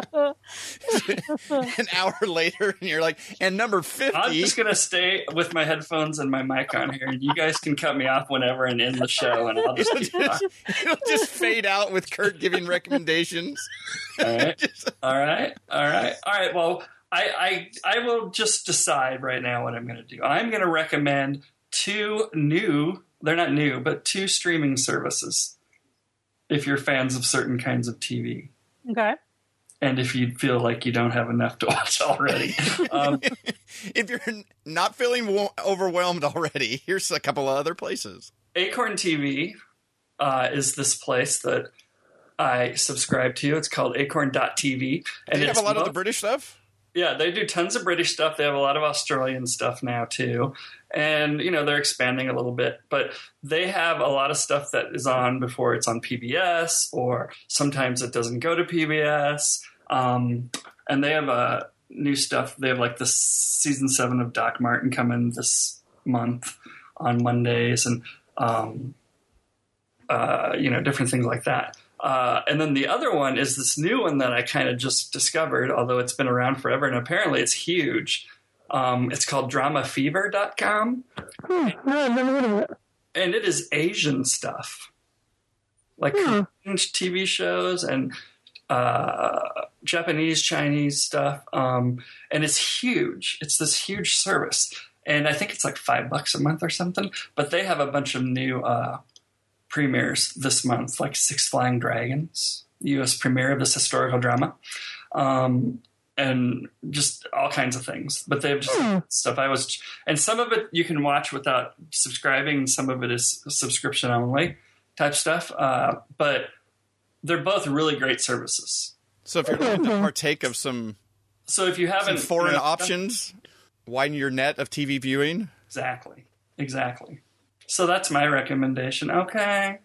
Speaker 2: An hour later, and you're like, and number
Speaker 3: I'm
Speaker 2: fifty.
Speaker 3: just gonna stay with my headphones and my mic on here, and you guys can cut me off whenever and end the show, and I'll just keep talking.
Speaker 2: It'll just fade out with Kurt giving recommendations.
Speaker 3: All right. All right. All right. All right. Well, I, I I will just decide right now what I'm going to do. I'm going to recommend two new, they're not new, but two streaming services if you're fans of certain kinds of TV
Speaker 1: Okay.
Speaker 3: and if you feel like you don't have enough to watch already. um,
Speaker 2: If you're n- not feeling wo- overwhelmed already, here's a couple of other places.
Speaker 3: Acorn TV uh, is this place that I subscribe to. It's called acorn.tv.
Speaker 2: Do you
Speaker 3: it's
Speaker 2: have a lot of the
Speaker 3: mo-
Speaker 2: British stuff?
Speaker 3: Yeah, they do tons of British stuff. They have a lot of Australian stuff now too, and you know they're expanding a little bit. But they have a lot of stuff that is on before it's on PBS, or sometimes it doesn't go to PBS. Um, and they have uh, new stuff. They have like the season seven of Doc Martin coming this month on Mondays, and um, uh, you know different things like that. Uh, and then the other one is this new one that I kind of just discovered, although it's been around forever, and apparently it's huge. Um, it's called DramaFever.com,
Speaker 6: Hmm, no, I've never heard of it.
Speaker 3: and it is Asian stuff, like
Speaker 6: Hmm.
Speaker 3: Korean TV shows and uh, Japanese, Chinese stuff. Um, and it's huge. It's this huge service, and I think it's like five bucks a month or something. But they have a bunch of new uh, premieres this month, like Six Flying Dragons, U.S. premiere of this historical drama, um, and just all kinds of things. But they have just
Speaker 6: Hmm.
Speaker 3: stuff. I was, and some of it you can watch without subscribing, and some of it is subscription only type stuff. Uh, but they're both really great services.
Speaker 2: So if you're looking to partake of some,
Speaker 3: So if you
Speaker 2: some
Speaker 3: haven't
Speaker 2: foreign
Speaker 3: you know,
Speaker 2: options, widen your net of TV viewing.
Speaker 3: exactly, exactly. So that's my recommendation. Okay.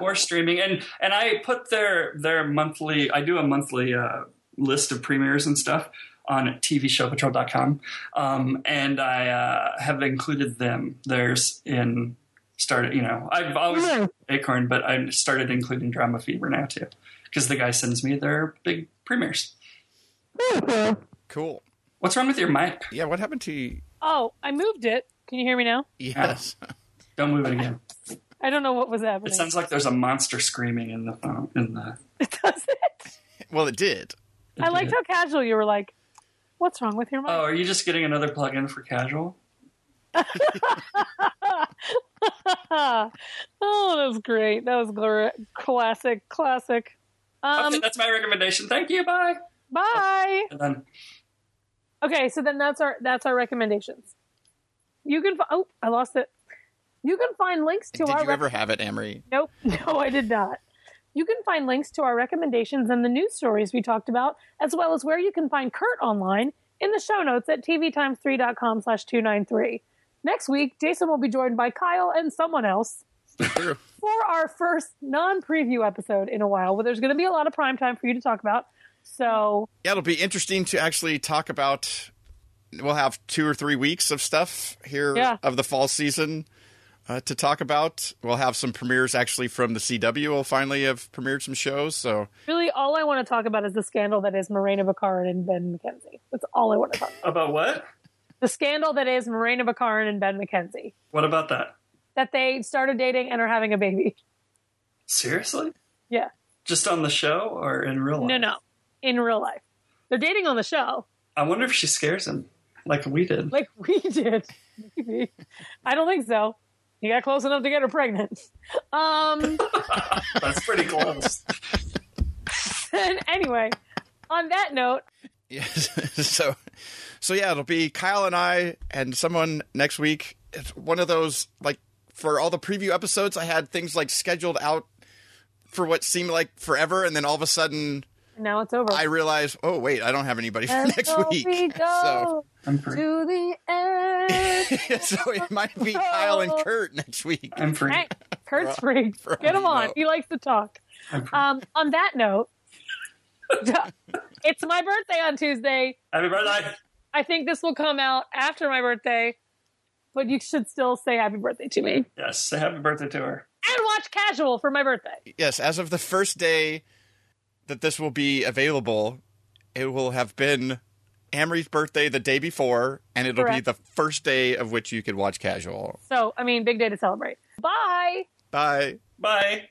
Speaker 3: more streaming and and i put their their monthly i do a monthly uh, list of premieres and stuff on tvshowpatrol.com um, and i uh, have included them there's in started you know i've always
Speaker 1: Oh,
Speaker 6: Yeah.
Speaker 3: acorn but i started including drama fever now too because the guy sends me their big premieres
Speaker 6: Okay.
Speaker 2: Cool.
Speaker 3: what's wrong with your mic
Speaker 2: Yeah. What happened to you?
Speaker 1: Oh, I moved it. Can you hear me now?
Speaker 2: Yes.
Speaker 3: don't move it again
Speaker 1: I don't know what was happening.
Speaker 3: it sounds like there's a monster screaming in the phone in the
Speaker 1: Does it?
Speaker 2: well, it did.
Speaker 1: I liked how casual you were like, what's wrong with your mic?
Speaker 3: oh are you just getting another plug-in for casual
Speaker 1: oh, that was great. That was glor- classic, classic. Um,
Speaker 3: okay, that's my recommendation thank you bye
Speaker 1: bye.
Speaker 3: and then
Speaker 1: Okay, so then that's our that's our recommendations. You can fi- oh, I lost it. You can find links to
Speaker 2: Did
Speaker 1: our
Speaker 2: you
Speaker 1: rec-
Speaker 2: ever have it, Amory?
Speaker 1: Nope, no, I did not. You can find links to our recommendations and the news stories we talked about, as well as where you can find Kurt online in the show notes at tvtimes3.com slash 293. Next week, Jason will be joined by Kyle and someone else
Speaker 2: True.
Speaker 1: for our first non-preview episode in a while, where there's going to be a lot of prime time for you to talk about. So
Speaker 2: Yeah, it'll be interesting to actually talk about. We'll have two or three weeks of stuff here
Speaker 1: Yeah.
Speaker 2: of the fall season uh, to talk about. We'll have some premieres actually from the CW. We'll finally have premiered some shows. So
Speaker 1: really, all I want to talk about is the scandal that is Morena Baccarin and Ben McKenzie. That's all I want to talk. about.
Speaker 3: About what?
Speaker 1: The scandal that is Morena Baccarin and Ben McKenzie
Speaker 3: What about that?
Speaker 1: that they started dating and are having a baby.
Speaker 3: Seriously?
Speaker 1: Yeah.
Speaker 3: Just on the show or in real life?
Speaker 1: No, no, in real life, they're dating on the show
Speaker 3: I wonder if she scares him like we did.
Speaker 1: like we did. Maybe. I don't think so. You got close enough to get her pregnant. Um.
Speaker 3: That's pretty close.
Speaker 1: anyway, on that note,
Speaker 2: yes, so so yeah, it'll be Kyle and I and someone next week. It's one of those like for all the preview episodes, I had things like scheduled out for what seemed like forever, and then all of a sudden
Speaker 1: now it's over.
Speaker 2: I realized, oh wait, I don't have anybody for
Speaker 1: And
Speaker 2: next
Speaker 1: so
Speaker 2: week.
Speaker 1: we
Speaker 2: So.
Speaker 1: go
Speaker 3: I'm free.
Speaker 1: to the end.
Speaker 2: so it might be Kyle and Kurt next week.
Speaker 3: I'm free.
Speaker 1: Hey, Kurt's free.
Speaker 2: for all
Speaker 1: Get him
Speaker 2: we
Speaker 1: on.
Speaker 2: know.
Speaker 1: He likes to talk.
Speaker 3: I'm free.
Speaker 1: Um, on that note, it's my birthday on Tuesday.
Speaker 3: Happy birthday.
Speaker 1: I think this will come out after my birthday, but you should still say happy birthday to me.
Speaker 3: Yes, say happy birthday to her.
Speaker 1: And watch Casual for my birthday.
Speaker 2: Yes, as of the first day that this will be available, it will have been Amory's birthday the day before, and it'll
Speaker 1: Correct.
Speaker 2: be the first day of which you could watch casual.
Speaker 1: So, I mean, big day to celebrate. Bye.
Speaker 2: Bye.
Speaker 3: Bye.